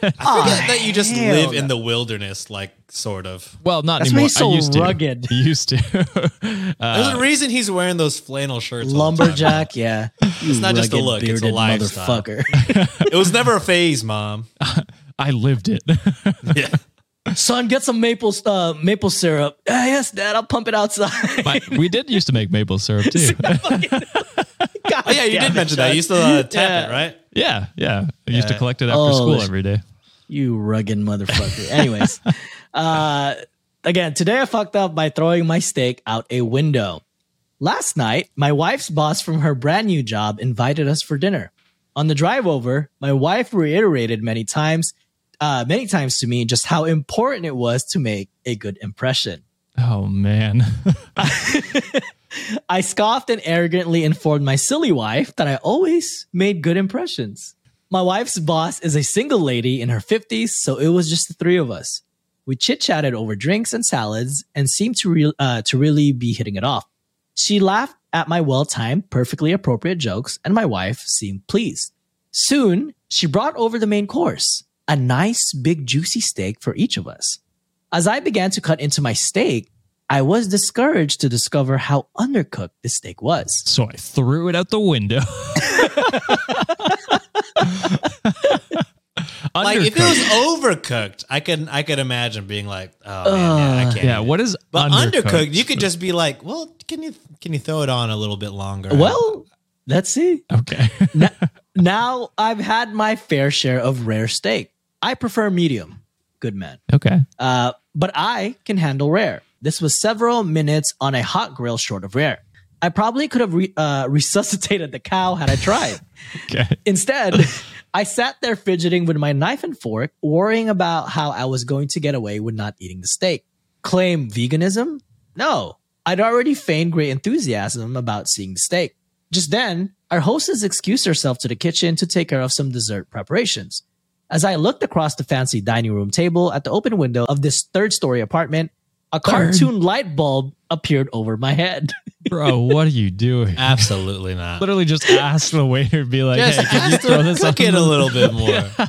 Speaker 5: I
Speaker 1: Ah,
Speaker 5: forget that you just
Speaker 1: hell
Speaker 5: live in the wilderness, like sort of.
Speaker 4: well not
Speaker 1: That's why
Speaker 4: anymore
Speaker 1: he's so
Speaker 4: i used to
Speaker 1: rugged.
Speaker 4: used to uh,
Speaker 5: There's a reason he's wearing those flannel shirts. all the time.
Speaker 1: lumberjack. Yeah, it's
Speaker 5: not just a look, it's a lifestyle. it was never a phase, mom.
Speaker 4: i lived it
Speaker 5: Yeah.
Speaker 1: Son, get some maple uh, maple syrup. Ah, yes, Dad, I'll pump it outside.
Speaker 4: My- we did used to make maple syrup too
Speaker 1: God
Speaker 5: Oh yeah, you
Speaker 1: damn
Speaker 5: did
Speaker 1: it,
Speaker 5: mention that.
Speaker 1: Sean.
Speaker 5: You used to uh, tap
Speaker 1: Yeah.
Speaker 5: it, right?
Speaker 4: yeah yeah i used to
Speaker 5: Yeah.
Speaker 4: collect it after
Speaker 1: Oh,
Speaker 4: school
Speaker 1: this-
Speaker 4: every day
Speaker 1: You rugged motherfucker. Anyways, uh, again, today I fucked up by throwing my steak out a window. Last night, my wife's boss from her brand new job invited us for dinner. On the drive over, my wife reiterated many times, uh, many times to me just how important it was to make a good impression.
Speaker 4: oh man
Speaker 1: I scoffed and arrogantly informed my silly wife that I always made good impressions. My wife's boss is a single lady in her 50s, so it was just the three of us. We chit chatted over drinks and salads and seemed to, re- uh, to really be hitting it off. She laughed at my well timed, perfectly appropriate jokes, and my wife seemed pleased. Soon, she brought over the main course, a nice big juicy steak for each of us. As I began to cut into my steak, I was discouraged to discover how undercooked the steak was.
Speaker 4: So I threw it out the window.
Speaker 5: Like if it
Speaker 4: Undercooked.
Speaker 5: was overcooked, I can I could imagine being like, oh man, yeah, I can't.
Speaker 4: yeah,
Speaker 5: eat it.
Speaker 4: what is
Speaker 5: But undercooked,
Speaker 4: undercooked?
Speaker 5: you could just be like, well, can you can you throw it on a little bit longer?
Speaker 1: Well, let's see.
Speaker 4: okay.
Speaker 1: Now, now I've had my fair share of rare steak. I prefer medium. Good man.
Speaker 4: okay.
Speaker 1: Uh, but I can handle rare. This was several minutes on a hot grill short of rare. I probably could have re- uh, resuscitated the cow had I tried.
Speaker 4: Okay.
Speaker 1: Instead, I sat there fidgeting with my knife and fork, worrying about how I was going to get away with not eating the steak. Claim veganism? No. I'd already feigned great enthusiasm about seeing the steak. Just then, our hostess excused herself to the kitchen to take care of some dessert preparations. As I looked across the fancy dining room table at the open window of this third story apartment, a cartoon light bulb appeared over my head.
Speaker 4: Bro, what are you doing?
Speaker 5: Uh, absolutely not.
Speaker 4: Literally just ask the waiter, be like,
Speaker 5: Just
Speaker 4: hey, can you
Speaker 5: ask
Speaker 4: throw
Speaker 5: them
Speaker 4: this
Speaker 5: to
Speaker 4: on
Speaker 5: cook it a little bit more.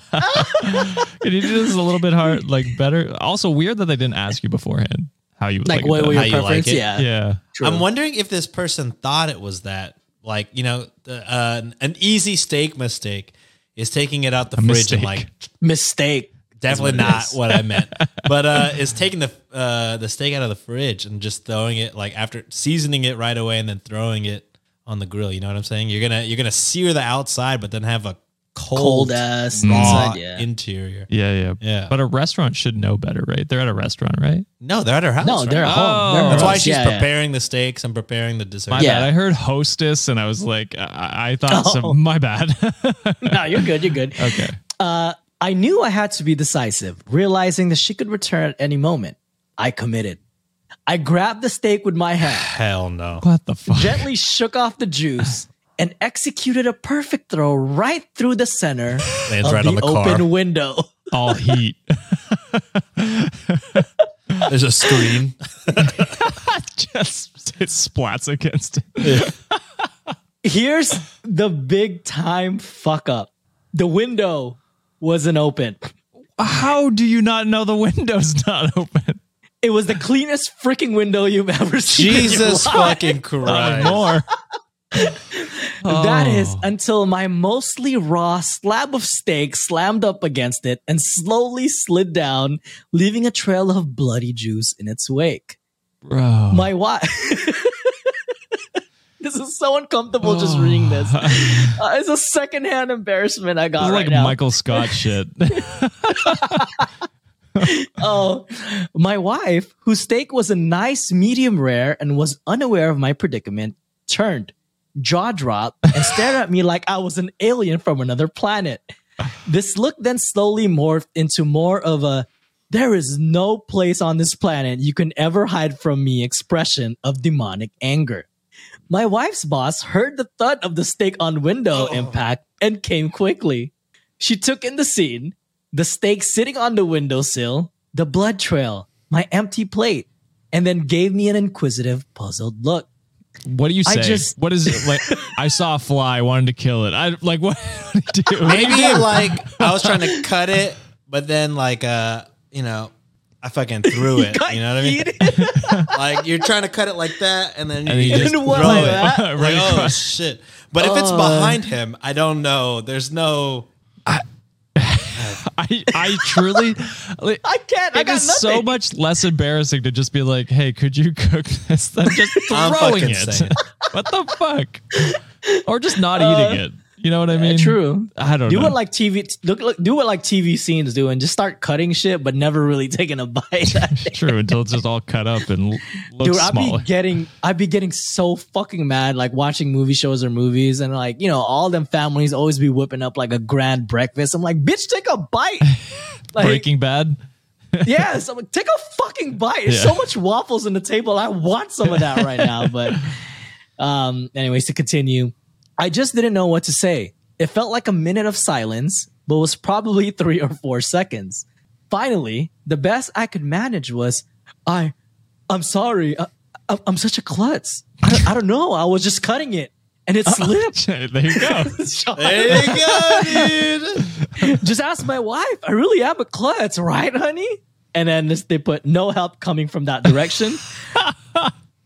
Speaker 4: Can you do this a little bit hard, like better? Also, weird that they didn't ask you beforehand how you would
Speaker 1: like,
Speaker 4: like, it
Speaker 1: what
Speaker 4: done.
Speaker 1: were
Speaker 5: how
Speaker 1: your
Speaker 5: you like
Speaker 1: preferences?
Speaker 5: it?
Speaker 1: yeah.
Speaker 4: yeah.
Speaker 1: true.
Speaker 5: I'm wondering if this person thought it was that, like you know, the, uh, an easy steak mistake is taking it out the fridge
Speaker 4: mistake.
Speaker 5: and like
Speaker 1: Mistake.
Speaker 5: definitely not what I meant, but uh, is taking the uh, the steak out of the fridge and just throwing it like after seasoning it right away and then throwing it on the grill. You know what I'm saying? You're gonna you're gonna sear the outside, but then have a cold,
Speaker 1: Cold ass
Speaker 5: raw
Speaker 1: inside, yeah.
Speaker 5: interior.
Speaker 4: Yeah, yeah,
Speaker 5: Yeah.
Speaker 4: But a restaurant should know better, right? They're at a restaurant, right?
Speaker 5: No, they're at her house.
Speaker 1: No,
Speaker 5: right?
Speaker 1: they're at home.
Speaker 4: Oh.
Speaker 1: They're at
Speaker 5: That's
Speaker 1: home.
Speaker 5: why she's
Speaker 1: Yeah, yeah.
Speaker 5: preparing the steaks and preparing the dessert.
Speaker 4: My
Speaker 1: Yeah.
Speaker 4: bad. I heard hostess, and I was like, I, I thought,
Speaker 1: Oh.
Speaker 4: some, my bad.
Speaker 1: no, you're good. You're good.
Speaker 4: okay.
Speaker 1: Uh, I knew I had to be decisive, realizing that she could return at any moment. I committed. I grabbed the steak with my hand,
Speaker 5: Hell no.
Speaker 4: What the fuck?
Speaker 1: gently shook off the juice, and executed a perfect throw right through the center
Speaker 5: Lands
Speaker 1: of
Speaker 5: right
Speaker 1: the,
Speaker 5: on the
Speaker 1: open
Speaker 5: car.
Speaker 1: window.
Speaker 4: All heat.
Speaker 5: There's a screen.
Speaker 4: just it splats against it.
Speaker 1: Here's the big time fuck up. The window wasn't open.
Speaker 4: How do you not know the window's not open?
Speaker 1: It was the cleanest freaking window you've ever seen. in your
Speaker 5: Jesus
Speaker 1: life.
Speaker 5: fucking
Speaker 4: Not
Speaker 5: Christ.
Speaker 4: more.
Speaker 1: That
Speaker 4: Oh.
Speaker 1: is until my mostly raw slab of steak slammed up against it and slowly slid down, leaving a trail of bloody juice in its wake.
Speaker 4: bro.
Speaker 1: My wife. this is so uncomfortable just reading this. Uh, it's a secondhand embarrassment I got
Speaker 4: It's
Speaker 1: right
Speaker 4: like
Speaker 1: now.
Speaker 4: Michael Scott shit.
Speaker 1: Oh, my wife, whose steak was a nice medium rare and was unaware of my predicament, turned, jaw dropped, and stared at me like I was an alien from another planet. This look then slowly morphed into more of a there is no place on this planet you can ever hide from me expression of demonic anger. My wife's boss heard the thud of the steak on window impact and came quickly. She took in the scene, the steak sitting on the windowsill, the blood trail, my empty plate, and then gave me an inquisitive, puzzled look.
Speaker 4: What do you
Speaker 1: I
Speaker 4: say?
Speaker 1: just-
Speaker 4: what is it like? I saw a fly, wanted to kill it. I like what, what do you do?
Speaker 5: Maybe like I was trying to cut it, but then like uh, you know, I fucking threw it.
Speaker 1: Got
Speaker 5: You know what I mean?
Speaker 1: yeeted.
Speaker 5: Like you're trying to cut it like that, and then
Speaker 4: And
Speaker 5: you
Speaker 4: then you
Speaker 5: just
Speaker 1: just
Speaker 5: throw
Speaker 1: went like
Speaker 5: it.
Speaker 1: that.
Speaker 5: Like,
Speaker 4: Right
Speaker 5: oh
Speaker 4: across. Oh.
Speaker 5: shit! But if it's behind him, I don't know. There's no.
Speaker 4: I, I truly like,
Speaker 1: I can't. I
Speaker 4: it
Speaker 1: got
Speaker 4: is so
Speaker 1: nothing.
Speaker 4: much less embarrassing to just be like, hey, could you cook this? Than just
Speaker 5: I'm
Speaker 4: throwing
Speaker 5: fucking
Speaker 4: it.
Speaker 5: saying.
Speaker 4: What the fuck? Or just not eating it. You know what I mean?
Speaker 1: Uh, True.
Speaker 4: I don't
Speaker 1: Do
Speaker 4: know.
Speaker 1: what like TV look, look do what like TV scenes do and just start cutting shit but never really taking a bite.
Speaker 4: True, until it's just all cut up and l- looks
Speaker 1: Dude, I'd
Speaker 4: smaller.
Speaker 1: be getting I'd be getting so fucking mad like watching movie shows or movies and like, you know, all them families always be whipping up like a grand breakfast. I'm like, bitch, take a bite. Like,
Speaker 4: Breaking Bad.
Speaker 1: Yes, I'm like, take a fucking bite. There's
Speaker 4: Yeah.
Speaker 1: so much waffles on the table. I want some of that right now. But, um, anyways, to continue, I just didn't know what to say. It felt like a minute of silence, but was probably three or four seconds. Finally, the best I could manage was, uh, I, I'm sorry. I, I- I'm such a klutz. I, don't- I don't know. I was just cutting it. and it slipped.
Speaker 4: there you go.
Speaker 5: There you go, dude.
Speaker 1: Just ask my wife. I really am a klutz, right, honey? And then this, they put no help coming from that direction.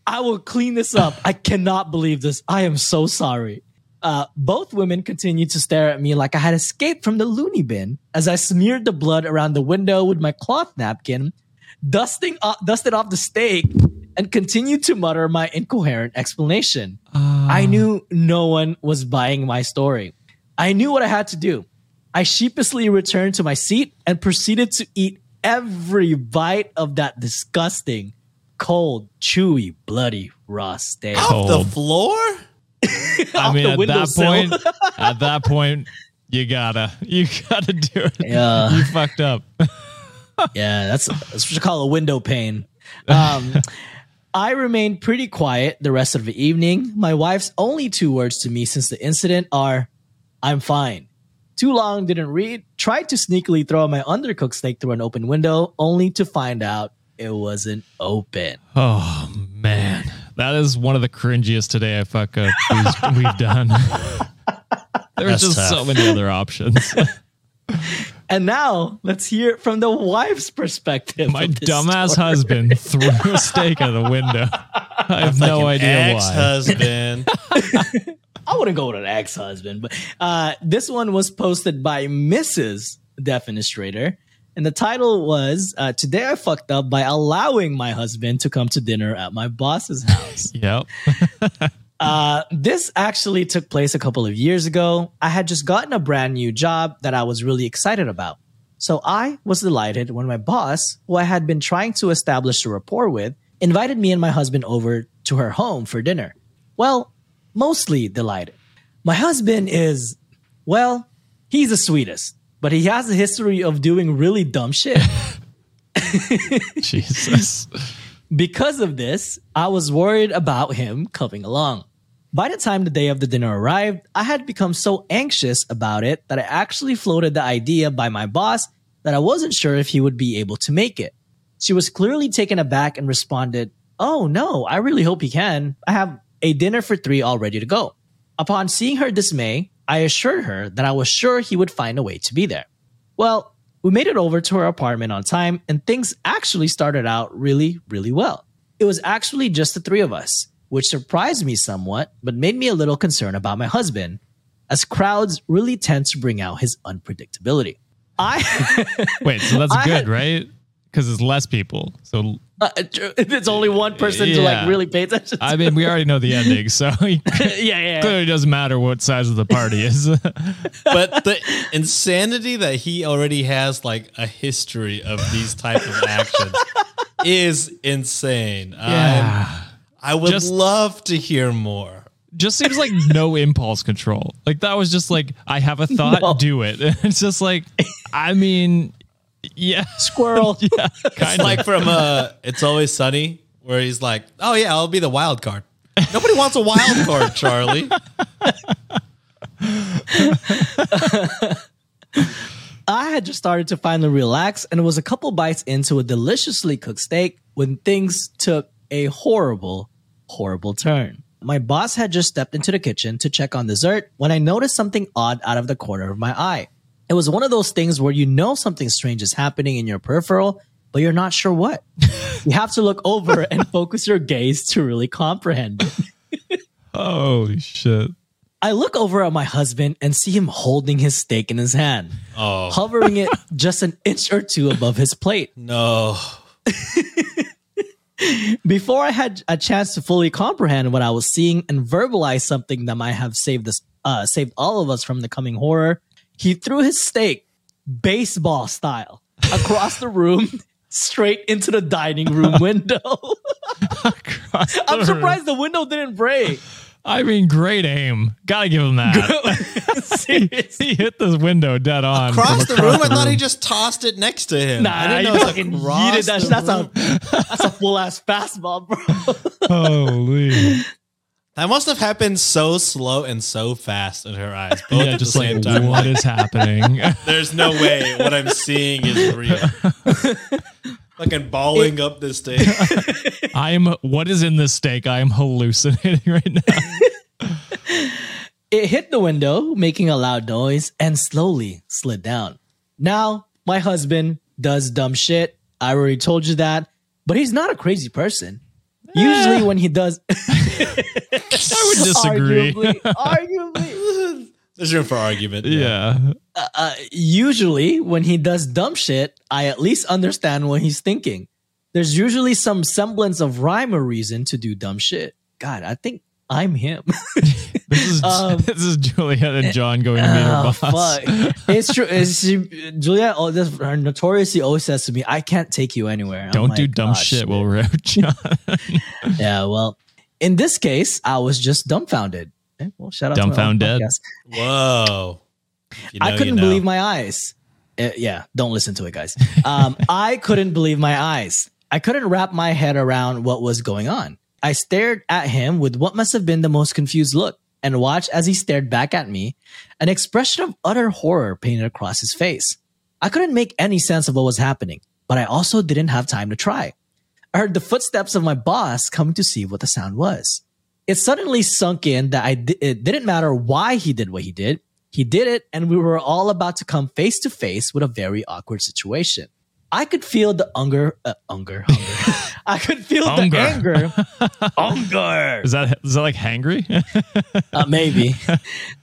Speaker 1: I will clean this up. I cannot believe this. I am so sorry. Uh, both women continued to stare at me like I had escaped from the loony bin as I smeared the blood around the window with my cloth napkin, dusting off, dusted off the steak, and continued to mutter my incoherent explanation.
Speaker 4: Ah.
Speaker 1: I knew no one was buying my story. I knew what I had to do. I sheepishly returned to my seat and proceeded to eat every bite of that disgusting, cold, chewy, bloody raw steak.
Speaker 5: Off the
Speaker 4: Cold.
Speaker 5: floor?
Speaker 4: I
Speaker 1: Off
Speaker 4: mean,
Speaker 1: the
Speaker 4: at that
Speaker 1: windowsill.
Speaker 4: point, at that point, you gotta, you gotta do it.
Speaker 1: Yeah.
Speaker 4: You fucked up.
Speaker 1: Yeah, that's, that's what you call a window pane. Um, I remained pretty quiet the rest of the evening. My wife's only two words to me since the incident are, I'm fine. Too long didn't read, tried to sneakily throw my undercooked snake through an open window, only to find out it wasn't open.
Speaker 4: Oh man, that is one of the cringiest today I fuck up we've, we've done. There's
Speaker 5: That's
Speaker 4: just
Speaker 5: tough.
Speaker 4: so many other options.
Speaker 1: And now let's hear it from the wife's perspective.
Speaker 4: My
Speaker 1: of this
Speaker 4: dumbass
Speaker 1: story.
Speaker 4: husband threw a steak out of the window. I have no idea
Speaker 5: Ex
Speaker 4: why.
Speaker 5: husband.
Speaker 1: I wouldn't go with an ex husband, but uh, this one was posted by Mrs. Defenestrator. And the title was uh, Today I Fucked Up by Allowing My Husband to Come to Dinner at My Boss's House.
Speaker 4: Yep.
Speaker 1: uh, this actually took place a couple of years ago. I had just gotten a brand new job that I was really excited about. So I was delighted when my boss, who I had been trying to establish a rapport with, invited me and my husband over to her home for dinner. Well, mostly delighted. My husband is, well, he's the sweetest, but he has a history of doing really dumb shit.
Speaker 4: Jesus.
Speaker 1: Because of this, I was worried about him coming along. By the time the day of the dinner arrived, I had become so anxious about it that I actually floated the idea by my boss that I wasn't sure if he would be able to make it. She was clearly taken aback and responded, Oh no, I really hope he can. I have a dinner for three all ready to go. Upon seeing her dismay, I assured her that I was sure he would find a way to be there. Well, we made it over to her apartment on time, and things actually started out really, really well. It was actually just the three of us, which surprised me somewhat, but made me a little concerned about my husband, as crowds really tend to bring out his unpredictability. I,
Speaker 4: Wait, so that's
Speaker 1: I
Speaker 4: good,
Speaker 1: had-
Speaker 4: right? Because it's less people. So
Speaker 1: uh, it's only one person to
Speaker 4: Yeah.
Speaker 1: like really pay attention. To.
Speaker 4: I mean, we already know the ending, so it
Speaker 1: yeah, yeah, yeah.
Speaker 4: clearly doesn't matter what size of the party is.
Speaker 5: but the insanity that he already has like a history of these type of actions is insane. I'm- I would
Speaker 4: Just-
Speaker 5: love to hear more.
Speaker 4: Um, just seems like no impulse control. Like that was just like I have a thought,
Speaker 1: No.
Speaker 4: do it. It's just like I mean, yeah,
Speaker 1: Squirrel.
Speaker 4: kind
Speaker 5: It's
Speaker 4: of.
Speaker 5: like from uh It's Always Sunny, where he's like, Oh yeah, I'll be the wild card. Nobody wants a wild card, Charlie.
Speaker 1: I had just started to finally relax and was a couple bites into a deliciously cooked steak when things took a horrible, horrible turn. My boss had just stepped into the kitchen to check on dessert when I noticed something odd out of the corner of my eye. It was one of those things where you know something strange is happening in your peripheral, but you're not sure what. you have to look over and focus your gaze to really comprehend it.
Speaker 4: Holy shit.
Speaker 1: I look over at my husband and see him holding his steak in his hand, hovering it just an inch or two above his plate.
Speaker 5: No.
Speaker 1: Before I had a chance to fully comprehend what I was seeing and verbalize something that might have saved us, uh, saved all of us from the coming horror, he threw his steak, baseball style, across the room, straight into the dining room window. I'm surprised the window didn't break.
Speaker 4: I mean, great aim. Gotta give him that.
Speaker 1: Seriously.
Speaker 4: he hit this window dead on. from
Speaker 5: Across the room, I thought he just tossed it next to him.
Speaker 1: Nah, I didn't know it
Speaker 5: it was
Speaker 1: fucking
Speaker 5: across
Speaker 1: yeeted that.
Speaker 5: the
Speaker 1: shit. That's
Speaker 5: room.
Speaker 1: a that's a full ass fastball, bro.
Speaker 4: Holy.
Speaker 5: That must have happened so slow and so fast in her eyes. Both
Speaker 4: Yeah,
Speaker 5: at
Speaker 4: just
Speaker 5: the same
Speaker 4: like,
Speaker 5: time.
Speaker 4: what is happening?
Speaker 5: There's no way what I'm seeing is real. Fucking balling up this thing.
Speaker 4: I'm, what is in this steak? I am hallucinating right now.
Speaker 1: It hit the window, making a loud noise, and slowly slid down. Now, my husband does dumb shit. I already told you that, but he's not a crazy person. Usually, when he does,
Speaker 4: I would disagree.
Speaker 1: arguably, arguably,
Speaker 5: There's room for argument.
Speaker 4: Yeah.
Speaker 1: uh, usually when he does dumb shit, I at least understand what he's thinking. There's usually some semblance of rhyme or reason to do dumb shit. God, I think I'm him.
Speaker 4: This is
Speaker 1: Um,
Speaker 4: this is Juliet and John going to meet
Speaker 1: Oh,
Speaker 4: her boss.
Speaker 1: fuck. It's true. It's, she, Juliet al- this- her notoriously always says to me, I can't take you anywhere. I'm
Speaker 4: Don't do
Speaker 1: like,
Speaker 4: dumb
Speaker 1: "Oh,
Speaker 4: shit. We'll rear John.
Speaker 1: Yeah, well, in this case, I was just dumbfounded. Okay, Well, shout out to
Speaker 4: Dumbfounded.
Speaker 1: my own podcast.
Speaker 5: Whoa. If you know,
Speaker 1: I
Speaker 5: you
Speaker 1: couldn't
Speaker 5: know.
Speaker 1: believe my eyes. Uh, yeah, don't listen to it, guys. Um, I couldn't believe my eyes. I couldn't wrap my head around what was going on. I stared at him with what must have been the most confused look and watched as he stared back at me, an expression of utter horror painted across his face. I couldn't make any sense of what was happening, but I also didn't have time to try. I heard the footsteps of my boss coming to see what the sound was. It suddenly sunk in that I di- it didn't matter why he did what he did. He did it, and we were all about to come face to face with a very awkward situation. I could feel the unger, uh, unger, hunger. I could feel
Speaker 4: Hunger.
Speaker 1: the anger
Speaker 4: Is that is that like hangry?
Speaker 1: uh, maybe.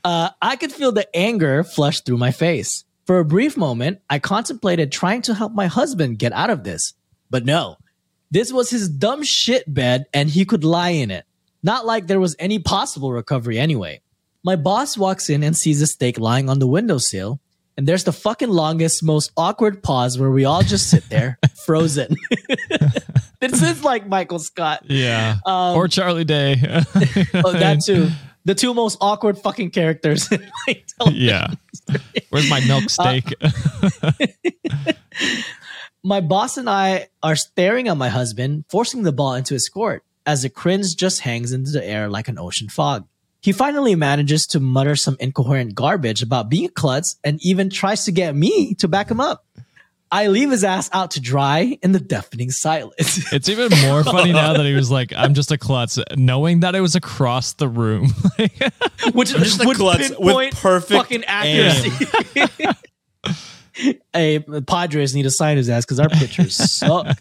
Speaker 1: Uh, I could feel the anger flush through my face. For a brief moment, I contemplated trying to help my husband get out of this, but no. This was his dumb shit bed, and he could lie in it. Not like there was any possible recovery anyway. My boss walks in and sees the steak lying on the windowsill, and there's the fucking longest, most awkward pause where we all just sit there, frozen. this is like Michael Scott.
Speaker 4: yeah. or Charlie Day.
Speaker 1: Um, Oh, that too. The two most awkward fucking characters. in my television.
Speaker 4: yeah. Where's my
Speaker 1: Uh,
Speaker 4: milk steak?
Speaker 1: My boss and I are staring at my husband, forcing the ball into his court as the cringe just hangs into the air like an ocean fog. He finally manages to mutter some incoherent garbage about being a klutz and even tries to get me to back him up. I leave his ass out to dry in the deafening silence.
Speaker 4: it's even more funny now that he was like, "I'm just a klutz," knowing that it was across the room.
Speaker 1: which
Speaker 5: just a
Speaker 1: would
Speaker 5: klutz with
Speaker 1: pinpoint
Speaker 5: perfect
Speaker 1: fucking accuracy. hey, the Padres need to sign his ass because our pitchers suck.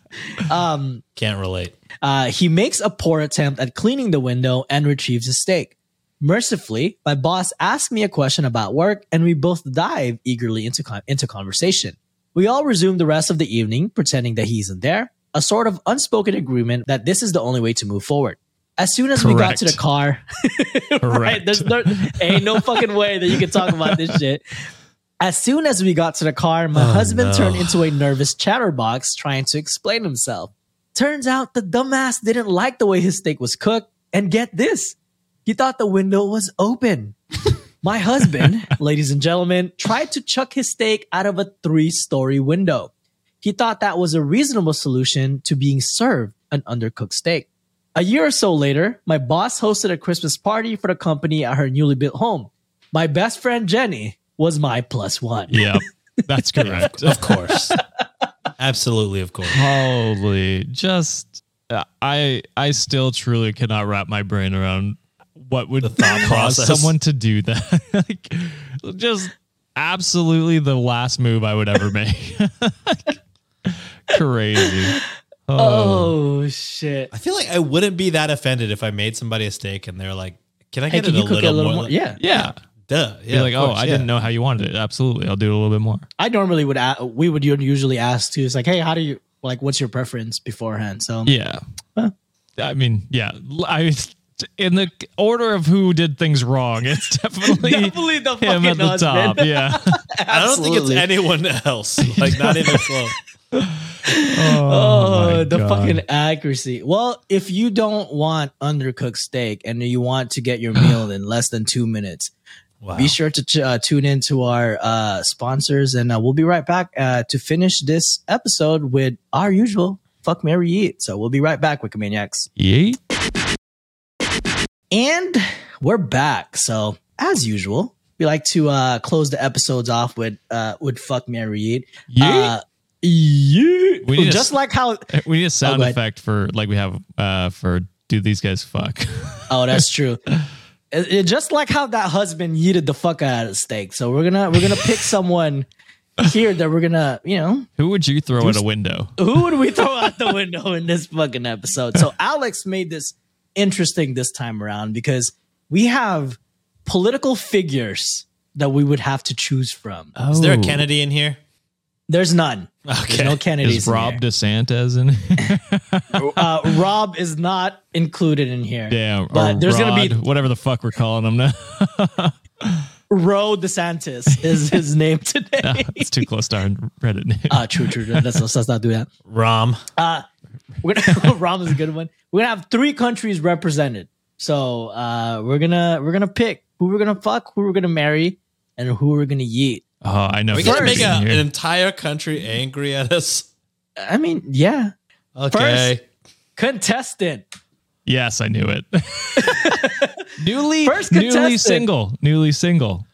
Speaker 1: Um,
Speaker 5: Can't relate.
Speaker 1: uh, he makes a poor attempt at cleaning the window and retrieves his steak. Mercifully, my boss asked me a question about work, and we both dive eagerly into con- into conversation. We all resume the rest of the evening, pretending that he isn't there, a sort of unspoken agreement that this is the only way to move forward. As soon as we got to the
Speaker 4: Correct.
Speaker 1: car, right?
Speaker 4: Correct.
Speaker 1: There's no, ain't no fucking way that you can talk about this shit. As soon as we got to the car, my husband turned into a nervous chatterbox trying to explain himself. Turns out the dumbass didn't like the way his steak was cooked. And get this, he thought the window was open. my husband, ladies and gentlemen, tried to chuck his steak out of a three story window. He thought that was a reasonable solution to being served an undercooked steak. A year or so later, my boss hosted a Christmas party for the company at her newly built home. My best friend Jenny was my plus one.
Speaker 4: yeah, that's correct.
Speaker 5: Of course. Absolutely, of course.
Speaker 4: Holy, just uh, I I still truly cannot wrap my brain around what would
Speaker 5: thought
Speaker 4: cause
Speaker 5: process.
Speaker 4: someone to do that. like, just absolutely the last move I would ever make. Crazy.
Speaker 1: Oh shit!
Speaker 5: I feel like I wouldn't be that offended if I made somebody a steak and they're like, "Can I
Speaker 1: Hey,
Speaker 5: get
Speaker 1: can
Speaker 5: it,
Speaker 1: you
Speaker 5: a
Speaker 1: cook
Speaker 5: little
Speaker 1: it a little
Speaker 5: more?"
Speaker 1: more? Yeah,
Speaker 4: Yeah.
Speaker 5: duh. Yeah,
Speaker 4: You're like,
Speaker 5: of
Speaker 4: oh,
Speaker 5: course,
Speaker 4: I
Speaker 5: yeah.
Speaker 4: didn't know how you wanted it. Absolutely, I'll do a little bit more.
Speaker 1: I normally would. a we would usually ask too. It's like, hey, how do you like? What's your preference beforehand? So
Speaker 4: Yeah. I mean, yeah. I in the order of who did things wrong, it's definitely,
Speaker 1: Definitely the
Speaker 4: him
Speaker 1: fucking
Speaker 4: at the
Speaker 1: husband.
Speaker 4: top. Yeah.
Speaker 5: I don't think it's
Speaker 1: Absolutely.
Speaker 5: anyone else. Like, not even close.
Speaker 4: Oh,
Speaker 1: Oh,
Speaker 4: my
Speaker 1: the
Speaker 4: God.
Speaker 1: fucking accuracy. Well, if you don't want undercooked steak and you want to get your meal in less than two minutes,
Speaker 5: Wow.
Speaker 1: be sure to t- uh, tune in to our uh, sponsors, and uh, we'll be right back uh, to finish this episode with our usual fuck Mary Eat. So we'll be right back, Wikimaniacs.
Speaker 4: Yeah.
Speaker 1: And we're back. So as usual, we like to uh, close the episodes off with uh, with fuck Mary Eat.
Speaker 4: Yeah.
Speaker 1: Uh, yeah.
Speaker 4: We need a
Speaker 1: Just
Speaker 4: s-
Speaker 1: like Oh, how
Speaker 4: we need a sound
Speaker 1: go ahead.
Speaker 4: effect for like we have uh for do these guys fuck.
Speaker 1: Oh, that's true. It- it- just like how that husband yeeted the fuck out of the steak. So we're gonna we're gonna pick someone here that we're gonna you know
Speaker 4: Who would you throw at a window?
Speaker 1: who would we throw out the window in this fucking episode? So Alex made this interesting this time around because we have political figures that we would have to choose from.
Speaker 5: Is there a Kennedy in here?
Speaker 1: There's none.
Speaker 5: Okay.
Speaker 1: There's no Kennedys.
Speaker 4: Is
Speaker 1: in
Speaker 4: Rob
Speaker 1: here.
Speaker 4: DeSantis in?
Speaker 1: uh, Rob is not included in here.
Speaker 4: Damn.
Speaker 1: But
Speaker 4: or
Speaker 1: there's gonna be
Speaker 4: Rod, whatever the fuck we're calling him now.
Speaker 1: Ro DeSantis is his name today.
Speaker 4: it's too close to our Reddit name.
Speaker 1: Ah, true, true. true. Let's, let's not do that.
Speaker 5: Rom.
Speaker 1: We're gonna, Rom is a good one. We're gonna have three countries represented. So uh, we're gonna we're gonna pick who we're gonna fuck, who we're gonna marry, and who we're gonna yeet.
Speaker 4: oh, I know.
Speaker 5: We gotta
Speaker 4: Fergie's
Speaker 5: make a,
Speaker 4: in
Speaker 5: an
Speaker 4: here.
Speaker 5: entire country angry at us.
Speaker 1: I mean, yeah,
Speaker 5: Okay.
Speaker 1: contestant.
Speaker 4: yes, I knew it. newly,
Speaker 1: First
Speaker 4: newly
Speaker 1: contestant.
Speaker 4: single. Newly single.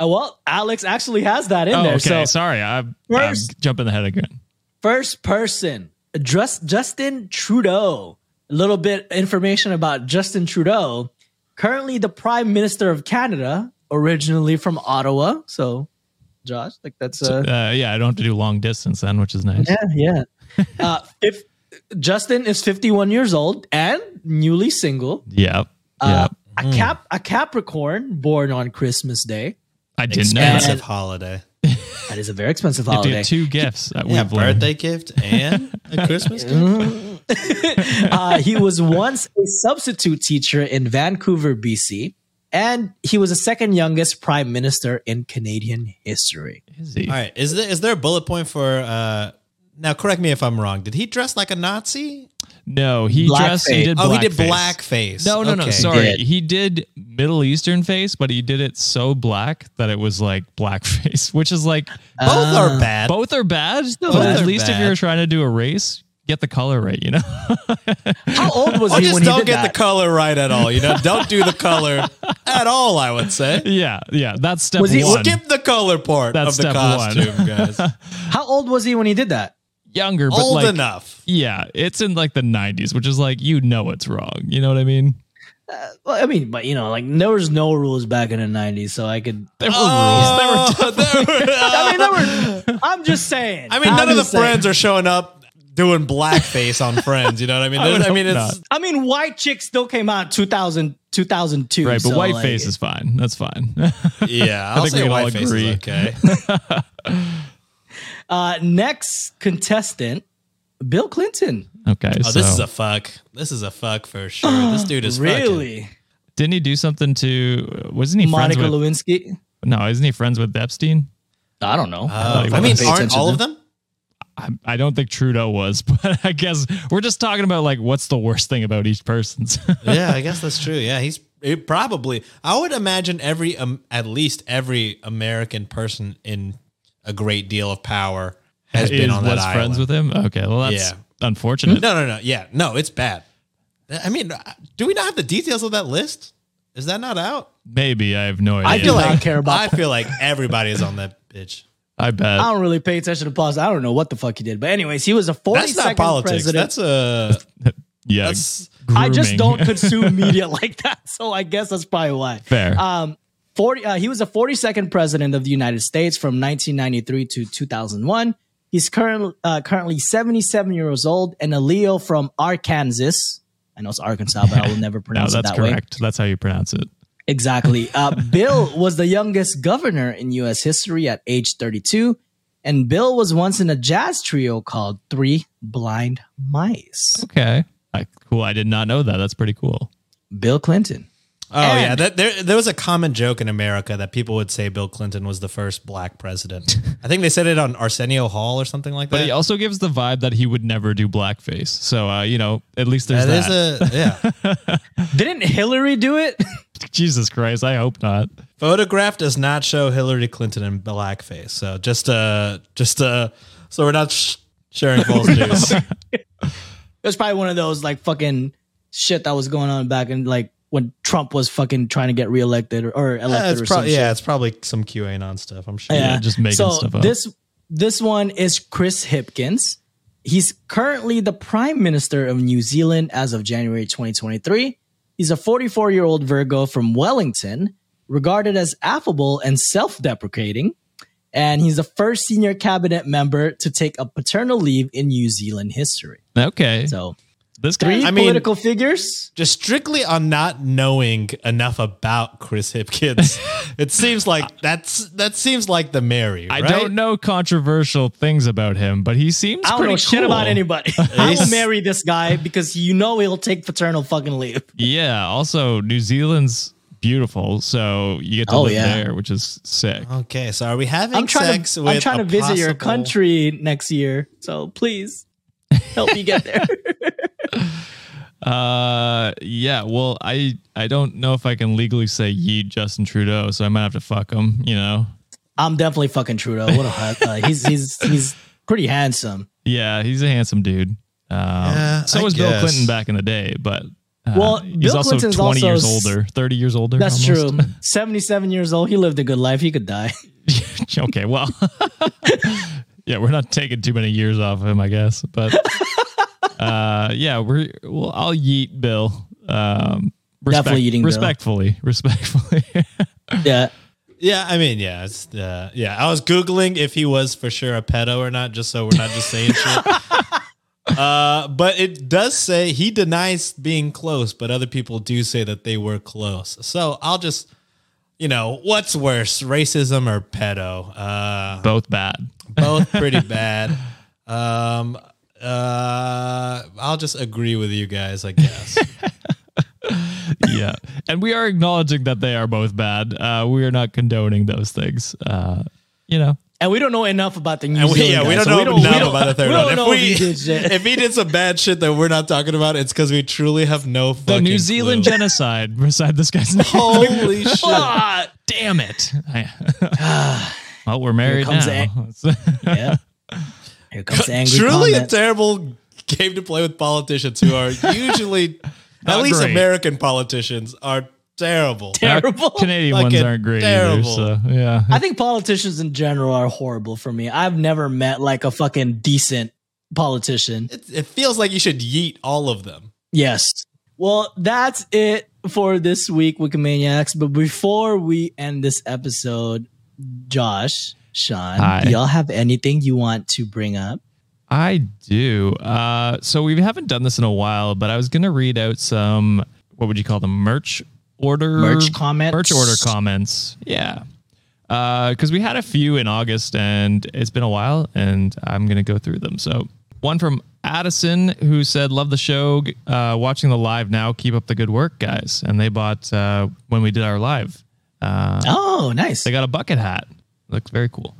Speaker 1: Uh, well, Alex actually has that in
Speaker 4: Oh,
Speaker 1: there.
Speaker 4: okay.
Speaker 1: So
Speaker 4: Sorry. I'm, I'm
Speaker 1: First-
Speaker 4: jumping ahead again.
Speaker 1: first person, Drus- Justin Trudeau. A little bit information about Justin Trudeau, currently the Prime Minister of Canada, originally from Ottawa. So, Josh, like that's uh,
Speaker 4: Uh, yeah, I don't have to do long distance then, which is nice.
Speaker 1: yeah, yeah. Uh, if Justin is 51 years old and newly single,
Speaker 4: Yep.
Speaker 1: uh,
Speaker 4: Yep.
Speaker 5: Hmm.
Speaker 1: a cap a Capricorn born on Christmas Day.
Speaker 4: I didn't know. that.
Speaker 5: Expensive holiday.
Speaker 1: That is a very expensive
Speaker 4: You have to
Speaker 1: holiday.
Speaker 4: have two gifts. that
Speaker 5: Yeah,
Speaker 4: we've learned.
Speaker 5: birthday gift and a Christmas gift.
Speaker 1: Uh, he was once a substitute teacher in Vancouver, BC, and he was the second youngest prime minister in Canadian history.
Speaker 4: Is he?
Speaker 5: All right. Is there is there a bullet point for uh now correct me if I'm wrong. Did he dress like a Nazi?
Speaker 4: No, he
Speaker 1: Blackface.
Speaker 4: dressed. He did.
Speaker 5: Oh, he did
Speaker 4: blackface.
Speaker 5: blackface.
Speaker 4: No, no, no.
Speaker 5: Okay.
Speaker 4: Sorry,
Speaker 1: He did.
Speaker 4: he did Middle Eastern face, but he did it so black that it was like blackface, which is like
Speaker 5: Both
Speaker 1: Uh,
Speaker 5: are bad.
Speaker 4: both are bad. but
Speaker 5: Uh, bad.
Speaker 4: at least if
Speaker 5: bad.
Speaker 4: you're trying to do a race, get the color right. You know,
Speaker 1: How old was
Speaker 5: Or
Speaker 1: he
Speaker 5: just
Speaker 1: when he
Speaker 5: don't
Speaker 1: did
Speaker 5: get
Speaker 1: that?
Speaker 5: the color right at all. You know, don't do the color at all. I would say.
Speaker 4: yeah, yeah. That's step
Speaker 1: Was he-
Speaker 4: one.
Speaker 5: Skip the color part
Speaker 4: That's
Speaker 5: of the
Speaker 4: step one.
Speaker 5: costume, guys.
Speaker 1: How old was he when he did that?
Speaker 4: Younger, but
Speaker 5: Old
Speaker 4: like,
Speaker 5: enough.
Speaker 4: yeah, it's in like the '90s, which is like you know it's wrong. You know what I mean?
Speaker 1: Well, I mean, but you know, like there was no rules back in the '90s, so I could.
Speaker 4: There were rules. There were
Speaker 5: Oh, there were-
Speaker 1: I mean, there were. I'm just saying.
Speaker 5: I mean,
Speaker 1: I'm
Speaker 5: none of the
Speaker 1: just saying.
Speaker 5: friends are showing up doing blackface on Friends. You know what I mean?
Speaker 4: I would
Speaker 5: I, mean,
Speaker 4: hope
Speaker 5: it's
Speaker 1: I mean, white chick still came out 2000, 2002.
Speaker 4: Right, but
Speaker 1: so,
Speaker 4: white
Speaker 1: like,
Speaker 4: face is fine. That's fine.
Speaker 5: yeah.
Speaker 4: think
Speaker 5: I'll
Speaker 4: we
Speaker 5: say
Speaker 4: can all
Speaker 5: white face
Speaker 4: agree.
Speaker 5: is okay.
Speaker 1: Uh, next contestant, Bill Clinton.
Speaker 4: okay,
Speaker 5: Oh,
Speaker 4: so
Speaker 5: this is a fuck. This is a fuck for sure. This dude is fucking-
Speaker 1: Really,
Speaker 4: didn't he do something to? Wasn't he
Speaker 1: Monica
Speaker 4: friends with?
Speaker 1: Lewinsky?
Speaker 4: No, isn't he friends with Epstein?
Speaker 1: I don't know.
Speaker 5: Uh,
Speaker 4: he
Speaker 5: I mean,
Speaker 4: wasn't
Speaker 1: paying
Speaker 5: aren't
Speaker 1: attention
Speaker 5: all
Speaker 1: to
Speaker 5: of them?
Speaker 4: I, I don't think Trudeau was, but I guess we're just talking about like what's the worst thing about each person's.
Speaker 5: yeah, I guess that's true. Yeah, he's it probably. I would imagine every, um, at least every American person in a great deal of power has
Speaker 4: Is-
Speaker 5: been on that
Speaker 4: was
Speaker 5: island.
Speaker 4: friends with him. Okay, well that's
Speaker 5: Yeah.
Speaker 4: unfortunate.
Speaker 5: no, no, no. Yeah, no, it's bad. I mean, do we not have the details of that list? Is that not out?
Speaker 4: Maybe I have no idea.
Speaker 1: I
Speaker 4: I,
Speaker 1: feel like- not care about
Speaker 5: I feel like everybody is on that bitch.
Speaker 4: bet.
Speaker 1: I don't really pay attention to pause. I don't know what the fuck he did, but anyways, he was a
Speaker 5: That's not
Speaker 1: 42nd
Speaker 5: politics.
Speaker 1: president.
Speaker 5: That's a.
Speaker 4: yeah,
Speaker 5: That's
Speaker 1: I just
Speaker 4: grooming.
Speaker 1: don't consume media like that, so I guess that's probably why.
Speaker 4: Fair.
Speaker 1: Um, 40, uh, he was the 42nd president of the United States from 1993 to 2001. He's current, uh, currently 77 years old and a Leo from Arkansas. I know it's Arkansas, but I will never
Speaker 4: no,
Speaker 1: pronounce
Speaker 4: that's
Speaker 1: it that way.
Speaker 4: correct. That's how you pronounce it.
Speaker 1: Exactly. Uh, Bill was the youngest governor in U.S. history at age 32. And Bill was once in a jazz trio called Three Blind Mice.
Speaker 4: Okay. I, cool. I did not know that. That's pretty cool.
Speaker 1: Bill Clinton.
Speaker 5: Oh yeah,
Speaker 1: And-
Speaker 5: that, there there was a common joke in America that people would say Bill Clinton was the first black president. I think they said it on Arsenio Hall or something like
Speaker 4: But
Speaker 5: that.
Speaker 4: he also gives the vibe that he would never do blackface. So uh, you know, at least there's
Speaker 5: that
Speaker 4: that.
Speaker 5: is a yeah.
Speaker 1: Didn't Hillary do it?
Speaker 4: Jesus Christ, I hope not.
Speaker 5: Photograph does not show Hillary Clinton in blackface. So just uh just uh so we're not sh- sharing false news.
Speaker 1: It was probably one of those like fucking shit that was going on back in like when Trump was fucking trying to get reelected or, or
Speaker 5: Yeah,
Speaker 1: elected
Speaker 5: it's
Speaker 1: or
Speaker 5: prob-
Speaker 1: something.
Speaker 5: yeah, it's probably some QAnon stuff. I'm sure.
Speaker 4: Yeah, just making
Speaker 1: so
Speaker 4: stuff up.
Speaker 1: This this one is Chris Hipkins. He's currently the prime minister of New Zealand as of January 2023. He's a 44 year old Virgo from Wellington, regarded as affable and self deprecating. And he's the first senior cabinet member to take a paternal leave in New Zealand history.
Speaker 4: Okay.
Speaker 1: So,
Speaker 4: this guy.
Speaker 1: three
Speaker 5: I mean-
Speaker 1: political figures.
Speaker 5: Just strictly on not knowing enough about Chris Hipkins, it seems like that's that seems like the Mary.
Speaker 4: I
Speaker 5: right?
Speaker 4: don't know controversial things about him, but he seems
Speaker 1: I don't
Speaker 4: pretty
Speaker 1: know shit
Speaker 4: cool.
Speaker 1: about anybody. I will
Speaker 5: He's-
Speaker 1: marry this guy because you know he'll take paternal fucking leave.
Speaker 4: Yeah. Also, New Zealand's beautiful, so you get to
Speaker 1: Oh,
Speaker 4: live
Speaker 1: yeah.
Speaker 4: there, which is sick.
Speaker 5: Okay, so are we having
Speaker 1: I'm trying
Speaker 5: sex
Speaker 1: to
Speaker 5: with?
Speaker 1: I'm trying
Speaker 5: a
Speaker 1: to visit your
Speaker 5: possible-
Speaker 1: country next year. So please help me get there.
Speaker 4: Uh, yeah. Well, I I don't know if I can legally say ye Justin Trudeau, so I might have to fuck him. You know.
Speaker 1: I'm definitely fucking Trudeau. What a hot- uh, he's he's he's pretty handsome.
Speaker 4: Yeah, he's a handsome dude. Um,
Speaker 5: Yeah,
Speaker 4: so
Speaker 5: I
Speaker 4: was Bill
Speaker 5: guess.
Speaker 4: Clinton back in the day, but uh,
Speaker 1: Well,
Speaker 4: he's
Speaker 1: Bill
Speaker 4: also
Speaker 1: Clinton's
Speaker 4: twenty
Speaker 1: also
Speaker 4: years
Speaker 1: s-
Speaker 4: older, thirty years older.
Speaker 1: That's
Speaker 4: almost.
Speaker 1: true. 77 years old. He lived a good life. He could die.
Speaker 4: okay, well, yeah, we're not taking too many years off him, I guess. But uh, yeah, we're well, I'll yeet Bill. Um,
Speaker 1: Definitely yeeting Bill.
Speaker 4: respectfully, respectfully.
Speaker 1: Yeah.
Speaker 5: Yeah, I mean, yeah, it's, uh, yeah. I was googling if he was for sure a pedo or not, just so we're not just saying shit. Uh, but it does say he denies being close, but other people do say that they were close. So I'll just, you know, what's worse, racism or pedo? Uh,
Speaker 4: Both bad.
Speaker 5: both pretty bad. Um, uh, I'll just agree with you guys, I guess.
Speaker 4: Yeah, and we are acknowledging that they are both bad. Uh, we are not condoning those things. Uh, you know,
Speaker 1: And we don't know enough about the New
Speaker 5: And we,
Speaker 1: Zealand
Speaker 5: yeah, we
Speaker 1: guy,
Speaker 5: don't
Speaker 1: so
Speaker 5: know enough
Speaker 1: we don't-
Speaker 5: about the third
Speaker 1: we
Speaker 5: one.
Speaker 1: don't
Speaker 5: If
Speaker 1: know if
Speaker 5: we-
Speaker 1: he did shit.
Speaker 5: if he did some bad shit that we're not talking about, it's because we truly have no
Speaker 4: the
Speaker 5: fucking
Speaker 4: New Zealand
Speaker 5: clue.
Speaker 4: genocide beside this guy's name.
Speaker 5: Holy shit!
Speaker 4: Ah, Oh, damn it. well, we're married
Speaker 1: comes
Speaker 4: now.
Speaker 1: yeah. Here comes angry.
Speaker 5: Truly a
Speaker 1: comment.
Speaker 5: terrible game to play with politicians who are usually, at
Speaker 4: Not
Speaker 5: least
Speaker 4: great.
Speaker 5: American politicians, are terrible.
Speaker 1: terrible.
Speaker 4: Our Canadian
Speaker 5: Fucking
Speaker 4: ones aren't great
Speaker 5: terrible.
Speaker 4: either. So yeah.
Speaker 1: I think politicians in general are horrible for me. I've never met like a fucking decent politician.
Speaker 5: It, it feels like you should yeet all of them.
Speaker 1: Yes. Well, that's it for this week, Wikimaniacs. But before we end this episode, Josh, Sean,
Speaker 4: Hi.
Speaker 1: do y'all have anything you want to bring up?
Speaker 4: I do. Uh, so we haven't done this in a while, but I was gonna read out some what would you call them merch order
Speaker 1: Merch comments?
Speaker 4: merch order comments. Yeah, because we had a few in August, and it's been a while, and I'm gonna go through them. So one from Addison who said, "Love the show, uh, watching the live now. Keep up the good work, guys." And they bought uh, when we did our live. Uh,
Speaker 1: Oh, nice.
Speaker 4: they got a bucket hat. Looks very cool.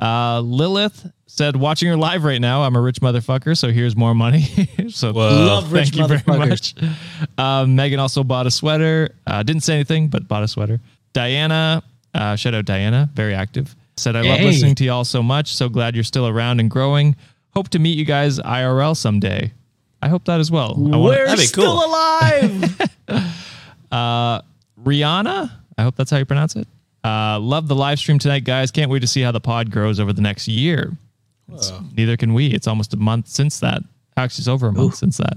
Speaker 4: Uh, Lilith said, "Watching her live right now. I'm a rich motherfucker, so here's more money." so
Speaker 1: Love rich
Speaker 4: thank you very much.
Speaker 1: motherfuckers.
Speaker 4: Uh, Megan also bought a sweater. Uh, didn't say anything, but bought a sweater. Diana, uh, shout out Diana, very active. Said, "I love
Speaker 1: Yay.
Speaker 4: listening to y'all so much. So glad you're still around and growing. Hope to meet you guys IRL someday. I hope that as well. I wanna-
Speaker 1: We're
Speaker 5: That'd be
Speaker 1: still
Speaker 5: cool.
Speaker 1: alive.
Speaker 4: Rihanna. I hope that's how you pronounce it. Uh, love the live stream tonight, guys. Can't wait to see how the pod grows over the next year. It's- Neither can we. It's almost a month since that. Actually, it's over a month since that.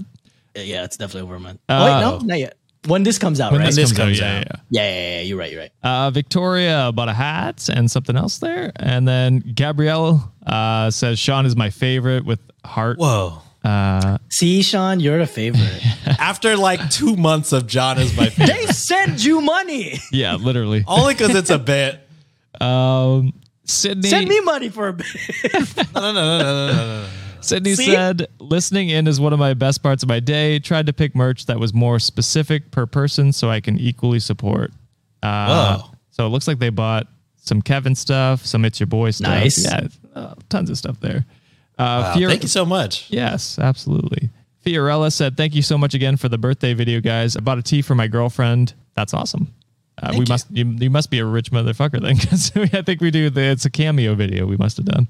Speaker 1: yeah, it's definitely over a month. oh, wait, no, not yet. When this comes out, right?
Speaker 5: this comes
Speaker 4: yeah,
Speaker 5: out.
Speaker 4: yeah,
Speaker 1: yeah, yeah, yeah, you're right, you're right.
Speaker 4: yeah. Uh, Victoria bought a hat and something else there, and then Gabrielle uh, says Sean is my favorite with heart.
Speaker 5: Whoa.
Speaker 1: See, Sean, you're a favorite.
Speaker 5: After like two months of John is my favorite.
Speaker 1: they send you money.
Speaker 4: Yeah, literally.
Speaker 5: Only because it's a bit.
Speaker 4: Um, Sydney.
Speaker 1: Send me money for a bit.
Speaker 4: Sydney
Speaker 1: See?
Speaker 4: said, listening in is one of my best parts of my day. Tried to pick merch that was more specific per person so I can equally support. Uh,
Speaker 5: Whoa.
Speaker 4: so it looks like they bought some Kevin stuff, some It's Your Boy stuff.
Speaker 1: Nice.
Speaker 4: Yeah, uh, tons of stuff there. Uh,
Speaker 5: Wow,
Speaker 4: Fior-
Speaker 5: thank you so much.
Speaker 4: Yes, absolutely. Fiorella said, thank you so much again for the birthday video, guys. I bought a tee for my girlfriend. That's awesome. Uh, we
Speaker 5: you.
Speaker 4: must you, you must be a rich motherfucker then because I think we do the it's a cameo video we must have done.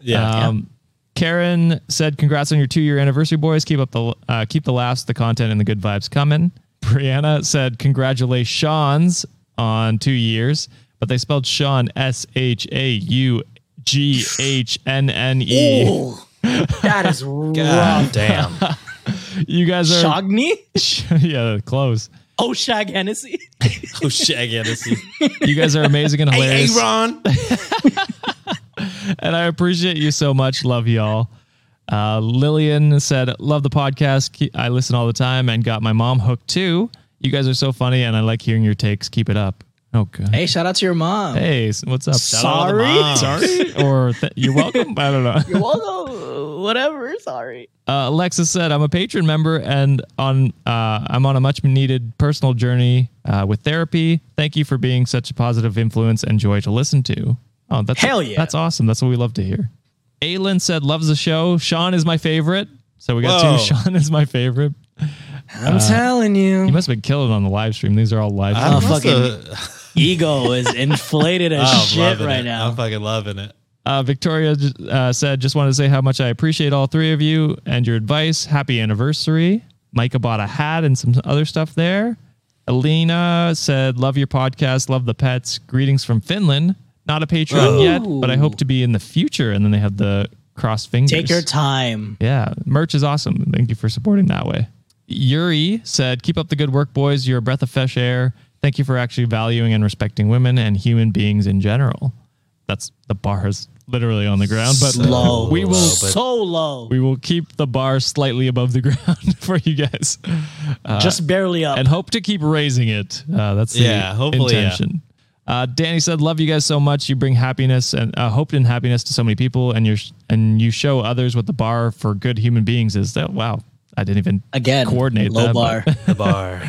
Speaker 5: Yeah.
Speaker 4: Um, Karen said, "Congrats on your two-year anniversary, boys. Keep up the uh, keep the laughs, the content, and the good vibes coming." Brianna said, "Congratulations on two years," but they spelled Sean S H A U G H N N E.
Speaker 1: Ooh, that is rough.
Speaker 5: damn.
Speaker 4: You guys are
Speaker 1: Shogni?
Speaker 4: yeah close.
Speaker 1: Oh, Shag Hennessy.
Speaker 5: Oh, Shag Hennessy.
Speaker 4: You guys are amazing and
Speaker 5: Hey,
Speaker 4: hilarious.
Speaker 5: Aaron.
Speaker 4: and I appreciate you so much. Love y'all. Uh, Lillian said, "Love the podcast. Ke- I listen all the time, and got my mom hooked too. You guys are so funny, and I like hearing your takes. Keep it up." Oh god. Hey,
Speaker 1: hey, shout out to your mom.
Speaker 4: s- what's up?
Speaker 5: out to the
Speaker 1: sorry.
Speaker 5: moms.
Speaker 4: Sorry, or th- you're welcome. I don't know.
Speaker 1: well, whatever. Sorry.
Speaker 4: Uh, Alexis said, "I'm a patron member, and on uh, I'm on a much needed personal journey uh, with therapy. Thank you for being such a positive influence and joy to listen to. Oh, that's
Speaker 1: Hell yeah.
Speaker 4: that's awesome. That's what we love to hear." Aylin said, "Loves the show. Sean is my favorite. So we got
Speaker 5: Whoa.
Speaker 4: two. Sean is my favorite.
Speaker 1: I'm telling
Speaker 4: You
Speaker 1: Uh, you.
Speaker 4: must have been killing on the live stream. These are all live.
Speaker 5: I'm
Speaker 4: streams.
Speaker 1: Oh, fucking
Speaker 5: also-
Speaker 1: ego is inflated as
Speaker 5: I'm
Speaker 1: shit
Speaker 5: loving
Speaker 1: right
Speaker 5: it.
Speaker 1: now.
Speaker 5: I'm fucking loving it.
Speaker 4: Uh, Victoria uh, said, just wanted to say how much I appreciate all three of you and your advice. Happy anniversary. Micah bought a hat and some other stuff there. Alina said, love your podcast, love the pets. Greetings from Finland. Not a Patreon yet, but I hope to be in the future. And then they have the cross fingers.
Speaker 1: Take your time.
Speaker 4: Yeah, merch is awesome. Thank you for supporting that way. Yuri said, "Keep up the good work, boys. You're a breath of fresh air. Thank you for actually valuing and respecting women and human beings in general." That's the bar is literally on the ground, but
Speaker 1: Low.
Speaker 4: we will
Speaker 1: so low.
Speaker 4: we will keep the bar slightly above the ground for you guys,
Speaker 1: just barely up.
Speaker 4: and hope to keep raising it. Uh, that's the
Speaker 5: Yeah, hopefully, yeah.
Speaker 4: intention. Uh, Danny said, "Love you guys so much. You bring happiness and uh, hope and happiness to so many people, and you're and you show others what the bar for good human beings is." That wow, I didn't even
Speaker 1: Again,
Speaker 4: coordinate
Speaker 1: low
Speaker 4: that, but-
Speaker 1: bar.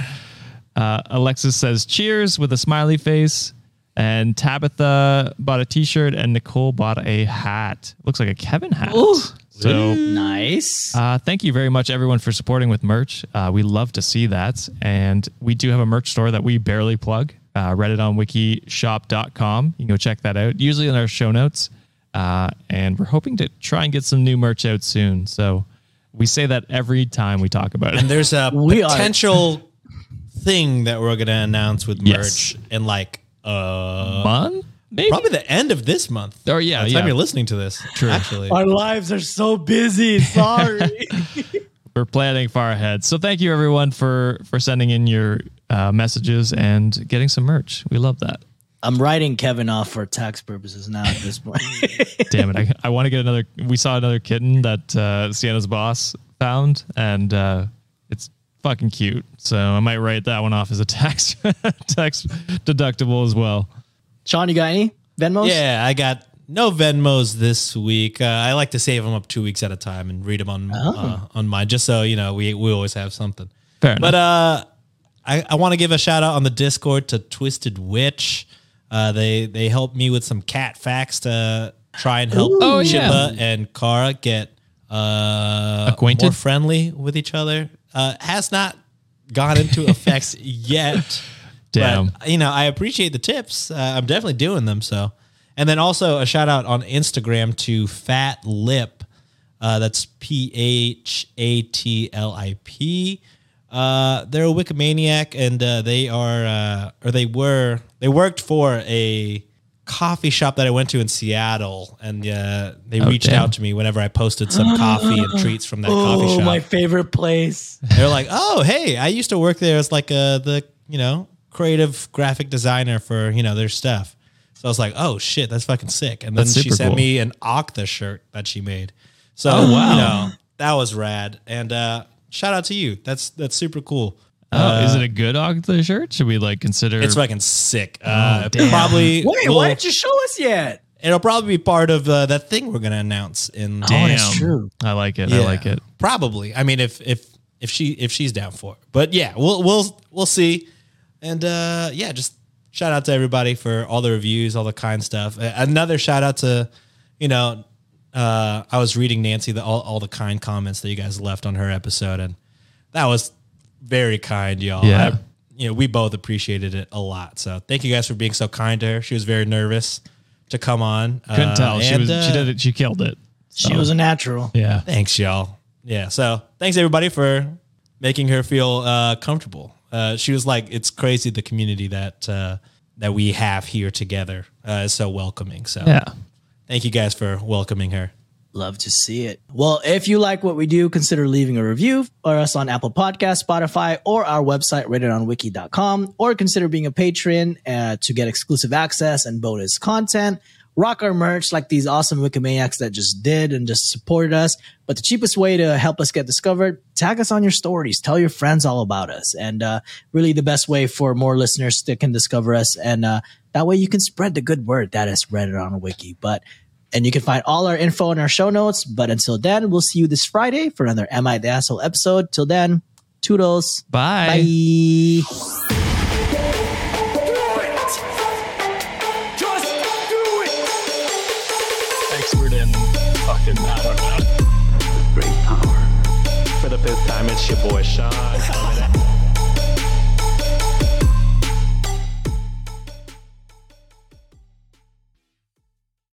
Speaker 5: The bar.
Speaker 4: Alexis says cheers with a smiley face. And Tabitha bought a t shirt and Nicole bought a hat. Looks like a Kevin hat. So
Speaker 1: nice.
Speaker 4: uh, thank you very much, everyone, for supporting with merch. Uh, we love to see that. And we do have a merch store that we barely plug uh, redditonwikishop.com. You can go check that out, usually in our show notes. Uh, and we're hoping to try and get some new merch out soon. So we say that every time we talk about it.
Speaker 5: And there's a
Speaker 1: We are-
Speaker 5: potential thing that we're gonna announce with
Speaker 4: Yes.
Speaker 5: merch in like uh
Speaker 4: Fun? Maybe.
Speaker 5: probably the end of this month.
Speaker 4: Oh, yeah,
Speaker 5: By the time
Speaker 4: yeah.
Speaker 5: you're listening to this. True. Actually.
Speaker 1: Our lives are so busy. Sorry.
Speaker 4: we're planning far ahead. So thank you everyone for for sending in your uh, messages and getting some merch. We love that.
Speaker 1: I'm writing Kevin off for tax purposes now at this point.
Speaker 4: Damn it! I, I want to get another. We saw another kitten that uh, Sienna's boss found, and uh, it's fucking cute. So I might write that one off as a tax tax deductible as well.
Speaker 1: Sean, you got any Venmos?
Speaker 5: Yeah, I got no Venmos this week. Uh, I like to save them up two weeks at a time and read them on uh, on mine, just so you know we we always have something.
Speaker 4: Fair
Speaker 5: But uh, I I want to give a shout out on the Discord to Twisted Witch. Uh, they they helped me with some cat facts to try and help
Speaker 4: Oh, yeah.
Speaker 5: Chippa and Kara get uh,
Speaker 4: Acquainted?
Speaker 5: more friendly with each other. Uh, has not gone into effects yet.
Speaker 4: Damn.
Speaker 5: But, you know, I appreciate the tips. Uh, I'm definitely doing them. So, and then also a shout out on Instagram to Fat Lip. Uh, that's P H A T L I P. Uh, they're a Wikimaniac, and uh, they are, uh, or they were, they worked for a coffee shop that I went to in Seattle, and uh, they reached
Speaker 4: Oh, damn.
Speaker 5: out to me whenever I posted some coffee and treats from that coffee
Speaker 1: Oh,
Speaker 5: shop.
Speaker 1: my favorite place.
Speaker 5: They're like, oh, hey, I used to work there as like uh, the you know creative graphic designer for you know their stuff. So I was like, oh shit, that's fucking sick. And then
Speaker 4: That's
Speaker 5: she
Speaker 4: super
Speaker 5: sent
Speaker 4: cool.
Speaker 5: me an Okta shirt that she made. So oh, wow, that was rad. And uh, shout out to you. That's that's super cool.
Speaker 4: Oh, is it a good Ogden shirt? Should we like consider?
Speaker 5: Uh, It's fucking sick. Uh,
Speaker 4: Oh, damn.
Speaker 5: probably
Speaker 1: Wait,
Speaker 5: will-
Speaker 1: why didn't you show us yet?
Speaker 5: it'll probably be part of uh, that thing we're gonna announce in.
Speaker 4: Damn.
Speaker 1: that's true.
Speaker 4: I like it. I
Speaker 5: Yeah.
Speaker 4: like it.
Speaker 5: Probably. I mean, if if if she if she's down for it. But yeah, we'll we'll we'll see. And uh yeah, just shout out to everybody for all the reviews, all the kind stuff. A- Another shout out to you know uh I was reading Nancy the all, all the kind comments that you guys left on her episode and that was very kind, y'all.
Speaker 4: Yeah.
Speaker 5: I- you know, we both appreciated it a lot. So thank you guys for being so kind to her. She was very nervous to come on.
Speaker 4: Couldn't
Speaker 5: Uh,
Speaker 4: tell. She
Speaker 5: and,
Speaker 4: was. she
Speaker 5: uh,
Speaker 4: did it. She killed it.
Speaker 1: She was a natural.
Speaker 4: Yeah.
Speaker 5: Thanks, y'all. Yeah. So thanks everybody for making her feel uh, comfortable. Uh, she was like, "It's crazy the community that uh, that we have here together uh, is so welcoming." So
Speaker 4: Yeah.
Speaker 5: thank you guys for welcoming her.
Speaker 1: Love to see it. Well, if you like what we do, consider leaving a review for us on Apple Podcasts, Spotify, or our website, ratedonwiki.com, or consider being a patron uh, to get exclusive access and bonus content. Rock our merch like these awesome Wikimaniacs that just did and just supported us. But the cheapest way to help us get discovered, tag us on your stories, tell your friends all about us. And uh, really the best way for more listeners to can discover us. And uh, that way you can spread the good word that is Reddit on Wiki. But and you can find all our info in our show notes. But until then, we'll see you this Friday for another Am I the Asshole episode. Till then, toodles. Bye.
Speaker 2: Just do it! Expert in fucking, I don't know.
Speaker 3: great power.
Speaker 2: For the fifth time, it's your boy Sean.